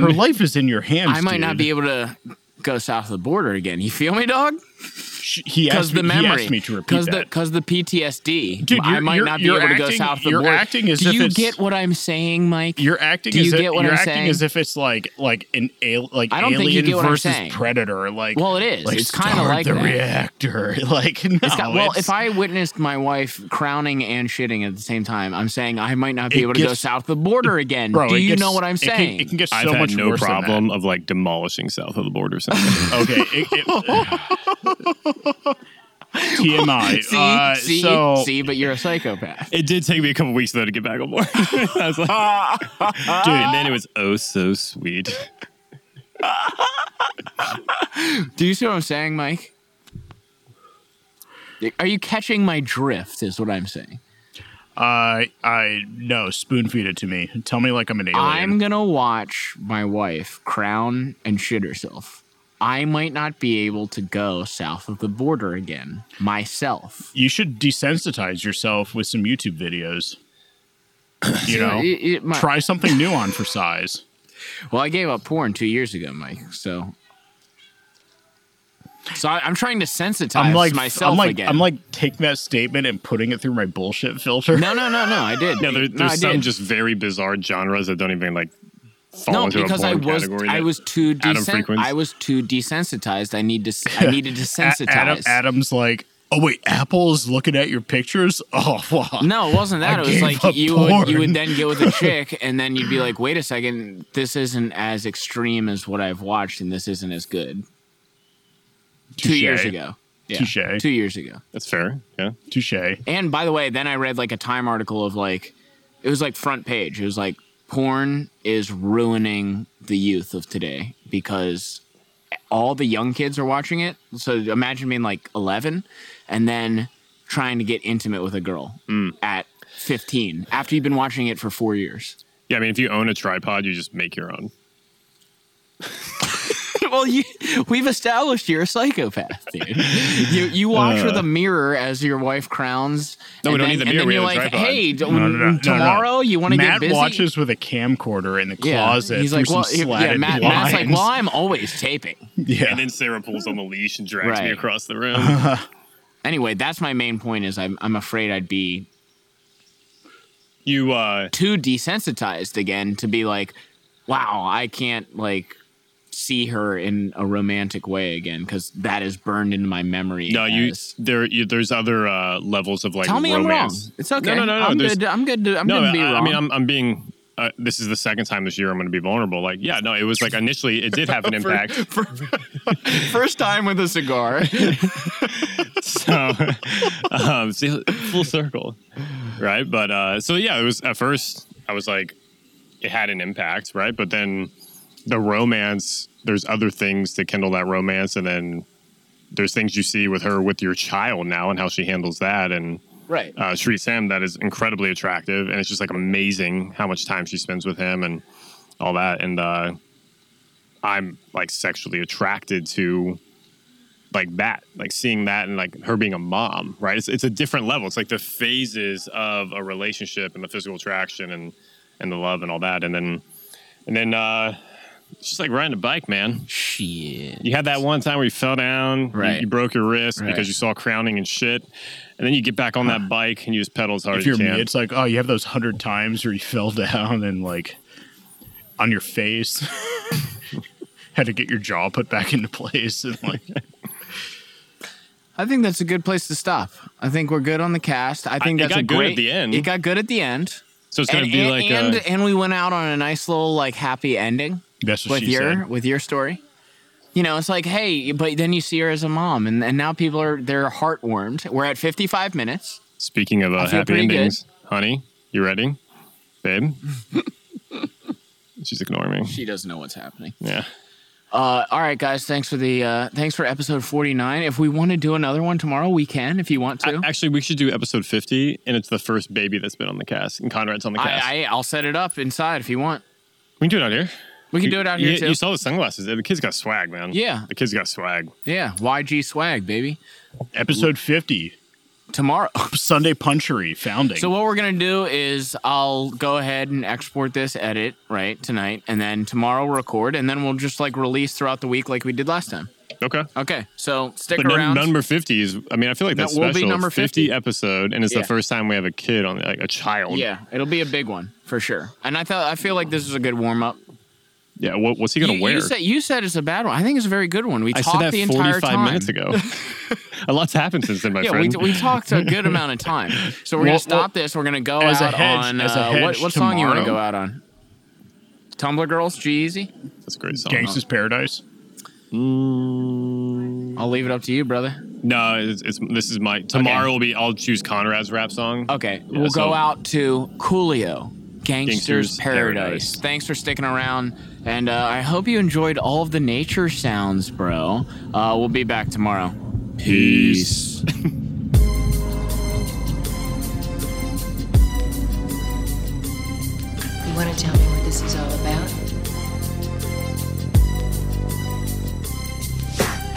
B: Her life is in your hands.
C: I might
B: dude.
C: not be able to go south of the border again. You feel me, dog?
B: She, he
C: Because
B: asked
C: the
B: me, he
C: memory,
B: asked me to repeat
C: because the
B: that.
C: because the PTSD.
B: Dude,
C: I
B: you're-
C: might
B: you're-
C: not be
B: you're
C: able to go
B: acting-
C: south of the
B: you're
C: border.
B: acting as
C: Do
B: if
C: you
B: it's-
C: get what I'm saying, Mike?
B: you're acting
C: Do
B: as
C: you
B: if
C: get what
B: you're
C: I'm
B: acting
C: saying?
B: as if it's like like an al- like
C: I don't think you
B: alien
C: get what I'm
B: versus
C: saying.
B: predator. Like
C: Well, it is.
B: Like
C: It's kinda
B: start
C: like
B: the
C: that.
B: reactor. Like no,
C: It's got- well,
B: Oh, it's-
C: if I witnessed my wife crowning and shitting at the same time, I'm saying I might not be
B: It
C: able to go
B: gets-
C: south of the border again.
B: bro,
C: Do
B: it
C: you
B: gets-
C: know what I'm
B: it can-
C: saying?
B: It can get so
D: I've had
B: much
D: no
B: worse than that.
D: problem of like demolishing south of the border. or Something.
B: Okay. It, it, TMI.
C: see,
B: uh,
C: see,
B: so,
C: see, but you're a psychopath.
D: it did take me a couple weeks though to get back on board. I was like, dude, and then it was oh so sweet.
C: Do you see what I'm saying, Mike? Are you catching my drift? Is what I'm saying.
B: I I no spoon feed it to me. Tell me like I'm an alien.
C: I'm gonna watch my wife crown and shit herself. I might not be able to go south of the border again myself.
B: you should desensitize yourself with some YouTube videos. You
C: It-
B: know,
C: it- my-
B: try something new on for size.
C: Well, I gave up porn two years ago, Mike. So, so I, I'm trying to sensitize
B: I'm like
C: myself
B: I'm like
C: again.
B: I'm like taking that statement and putting it through my bullshit filter.
C: no, no, no, no. I did.
D: Yeah, there,
C: No,
D: there's
C: I
D: some
C: did.
D: just very bizarre genres that don't even like fall
C: no
D: into
C: because
D: a
C: I
D: porn
C: was
D: category.
C: I
D: that-
C: was too
D: Adam
C: desen-
D: frequency.
C: I was too desensitized. I need to s- I needed to
B: A-
C: sensitize.
B: Adam, Adam's like, oh wait, Apple's looking at your pictures. Oh, wow.
C: No, it wasn't that.
B: I
C: it was
B: gave
C: like
B: up
C: you would, you
B: porn.
C: would then get with a chick, and then you'd be like, "Wait a second, this isn't as extreme as what I've watched, and this isn't as good." Two
B: Touche.
C: years ago. Yeah.
B: Touche.
C: Two years ago.
D: That's fair. Yeah.
B: touche.
C: And by the way, then I read like a Time article of like, it was like front page. It was like, porn is ruining the youth of today because all the young kids are watching it. So imagine being like 11 and then trying to get intimate with a girl at 15 after you've been watching it for four years.
D: Yeah. I mean, if you own a tripod, you just make your own.
C: well, you, we've established you're a psychopath, dude. You you watch with a mirror as your wife crowns.
D: No, we
C: and
D: don't
C: then-
D: need
C: and
D: the mirror,
C: then
D: we
C: you're
D: have a
C: like,
D: tripod.
C: hey, d-
B: No, no, no, no, no.
C: tomorrow you want to get
B: Matt
C: busy.
B: watches with a camcorder in the
C: yeah.
B: closet.
C: He's like,
B: through
C: well,
B: some
C: yeah,
B: slatted
C: Matt, Matt's
B: blinds.
C: like, well, I'm always taping.
B: yeah.
D: And then Sarah pulls on the leash and drags me
C: Right.
D: across the room.
C: Anyway, that's my main point. Is I'm I'm afraid I'd be
D: you, uh,
C: too desensitized again to be like, wow, I can't like see her in a romantic way again because that is burned into my memory.
D: no, you,
C: as-
D: there, you, there's other, uh, levels of like,
C: Tell me
D: romance.
C: I'm wrong. It's okay.
D: No, no, no, no.
C: I'm
D: there's-
C: good. I'm good. To, I'm
D: no,
C: good to
D: I,
C: be wrong.
D: I mean, I'm, I'm being, uh, this is the second time this year I'm going to be vulnerable. Like, yeah, no, it was like initially it did have an impact.
C: first time with a cigar.
D: so um, see, full circle right but uh so yeah it was at first i was like it had an impact, right? But then the romance, there's other things to kindle that romance, and then there's things you see with her with your child now and how she handles that, and
C: Right.
D: uh, Sri Sam that is incredibly attractive, and it's just like amazing how much time she spends with him and all that. And uh, I'm like sexually attracted to like that, like seeing that and like her being a mom, right? It's it's a different level. It's like the phases of a relationship and the physical attraction and and the love and all that, and then and then uh, it's just like riding a bike, man.
C: Shit.
D: You had that one time where you fell down, you-
C: Right.
D: you, broke your wrist
C: Right.
D: because you saw crowning and shit, and then you get back on that bike and you just pedal as hard
B: if
D: as
B: you're
D: you
B: me,
D: can.
B: it's like, oh, you have those hundred times where you fell down and like on your face, had to get your jaw put back into place, and like,
C: I think that's a good place to stop. I think we're good on the cast. I think
D: it
C: that's a
D: got good at
C: great,
D: the end.
C: It got good at the end.
D: So it's gonna
C: And,
D: be
C: and,
D: like
C: and,
D: uh,
C: and we went out on a nice little like happy ending
B: that's what
C: with
B: she
C: your
B: said.
C: with your story. You know, it's like, hey, but then you see her as a mom, and, and now people are they're heartwarmed. We're at fifty five minutes.
D: speaking of uh,
C: feel
D: happy
C: pretty good.
D: endings, honey, you ready, babe? She's ignoring me.
C: She doesn't know what's happening.
D: Yeah,
C: Uh, all right, guys, thanks for the uh, thanks for episode forty nine. If we want to do another one tomorrow, we can. If you want to,
D: A- actually, we should do episode fifty, and it's the first baby that's been on the cast, and Conrad's on the cast.
C: I, I I'll set it up inside if you want.
D: we can do it out here.
C: We can do it out
D: You-
C: here
D: you,
C: too.
D: You saw the sunglasses. The kids got swag, man.
C: Yeah.
D: the kids got swag.
C: yeah, YG swag, baby.
B: Episode fifty,
C: Tomorrow.
B: Sunday Punchery founding.
C: So uh-huh. what we're gonna do is I'll go ahead and export this edit right tonight, and then tomorrow we'll record, and then we'll just like release throughout the week like we did last time.
D: Okay.
C: Okay, so stick
D: But num-
C: around.
D: number fifty is. I mean, I feel like that's
C: That will be
D: special. It's
C: number 50.
D: episode, and it's
C: Yeah.
D: the first time we have a kid on, like a child.
C: yeah, it'll be a big one for sure. And I thought I feel like this is a good warm up.
D: Yeah. What, what's he
C: You,
D: gonna wear?
C: you said you said it's a bad one. I think it's a very good one. We
D: I
C: talked
D: said that
C: the entire
D: forty-five
C: time.
D: minutes ago. a lot's happened since then, my
C: Yeah, we,
D: friend.
C: we talked a good amount of time. So we're
B: Well,
C: gonna stop this. We're gonna go
B: as a
C: out
B: hedge-
C: on
B: as a
C: uh,
B: hedge
C: what, what song you wanna
B: tomorrow.
C: go out on? Tumblr Girls, E G-Eazy?
D: That's a great song.
B: Gangsta's Paradise.
C: I'll leave it up to you, brother.
D: Mm. No, it's, it's this is my tomorrow will be. I'll choose Conrad's rap song.
C: Okay,
D: Yeah,
C: we'll
D: so-
C: go out to Coolio, Gangster's,
D: Gangster's
C: Paradise.
D: Paradise.
C: Thanks for sticking around, and uh, I hope you enjoyed all of the nature sounds, bro. Uh, we'll be back tomorrow.
D: Peace.
A: You want to tell me what this is all about?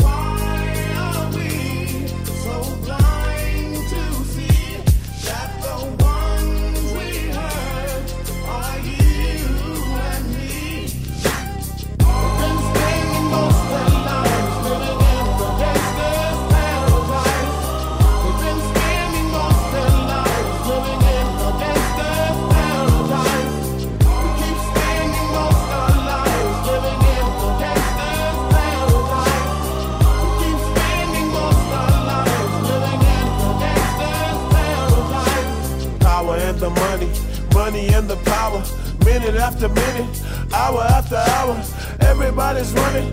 E: why are we so blind to see that the ones we hurt are you and me? We've been spending most our lives living in the gangster's paradise. We've been spending most our lives living in the gangster's paradise. We keep spending most our lives living in the gangster's paradise. money and the power. Minute after minute, hour after hour, everybody's running.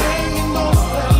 F: pain, most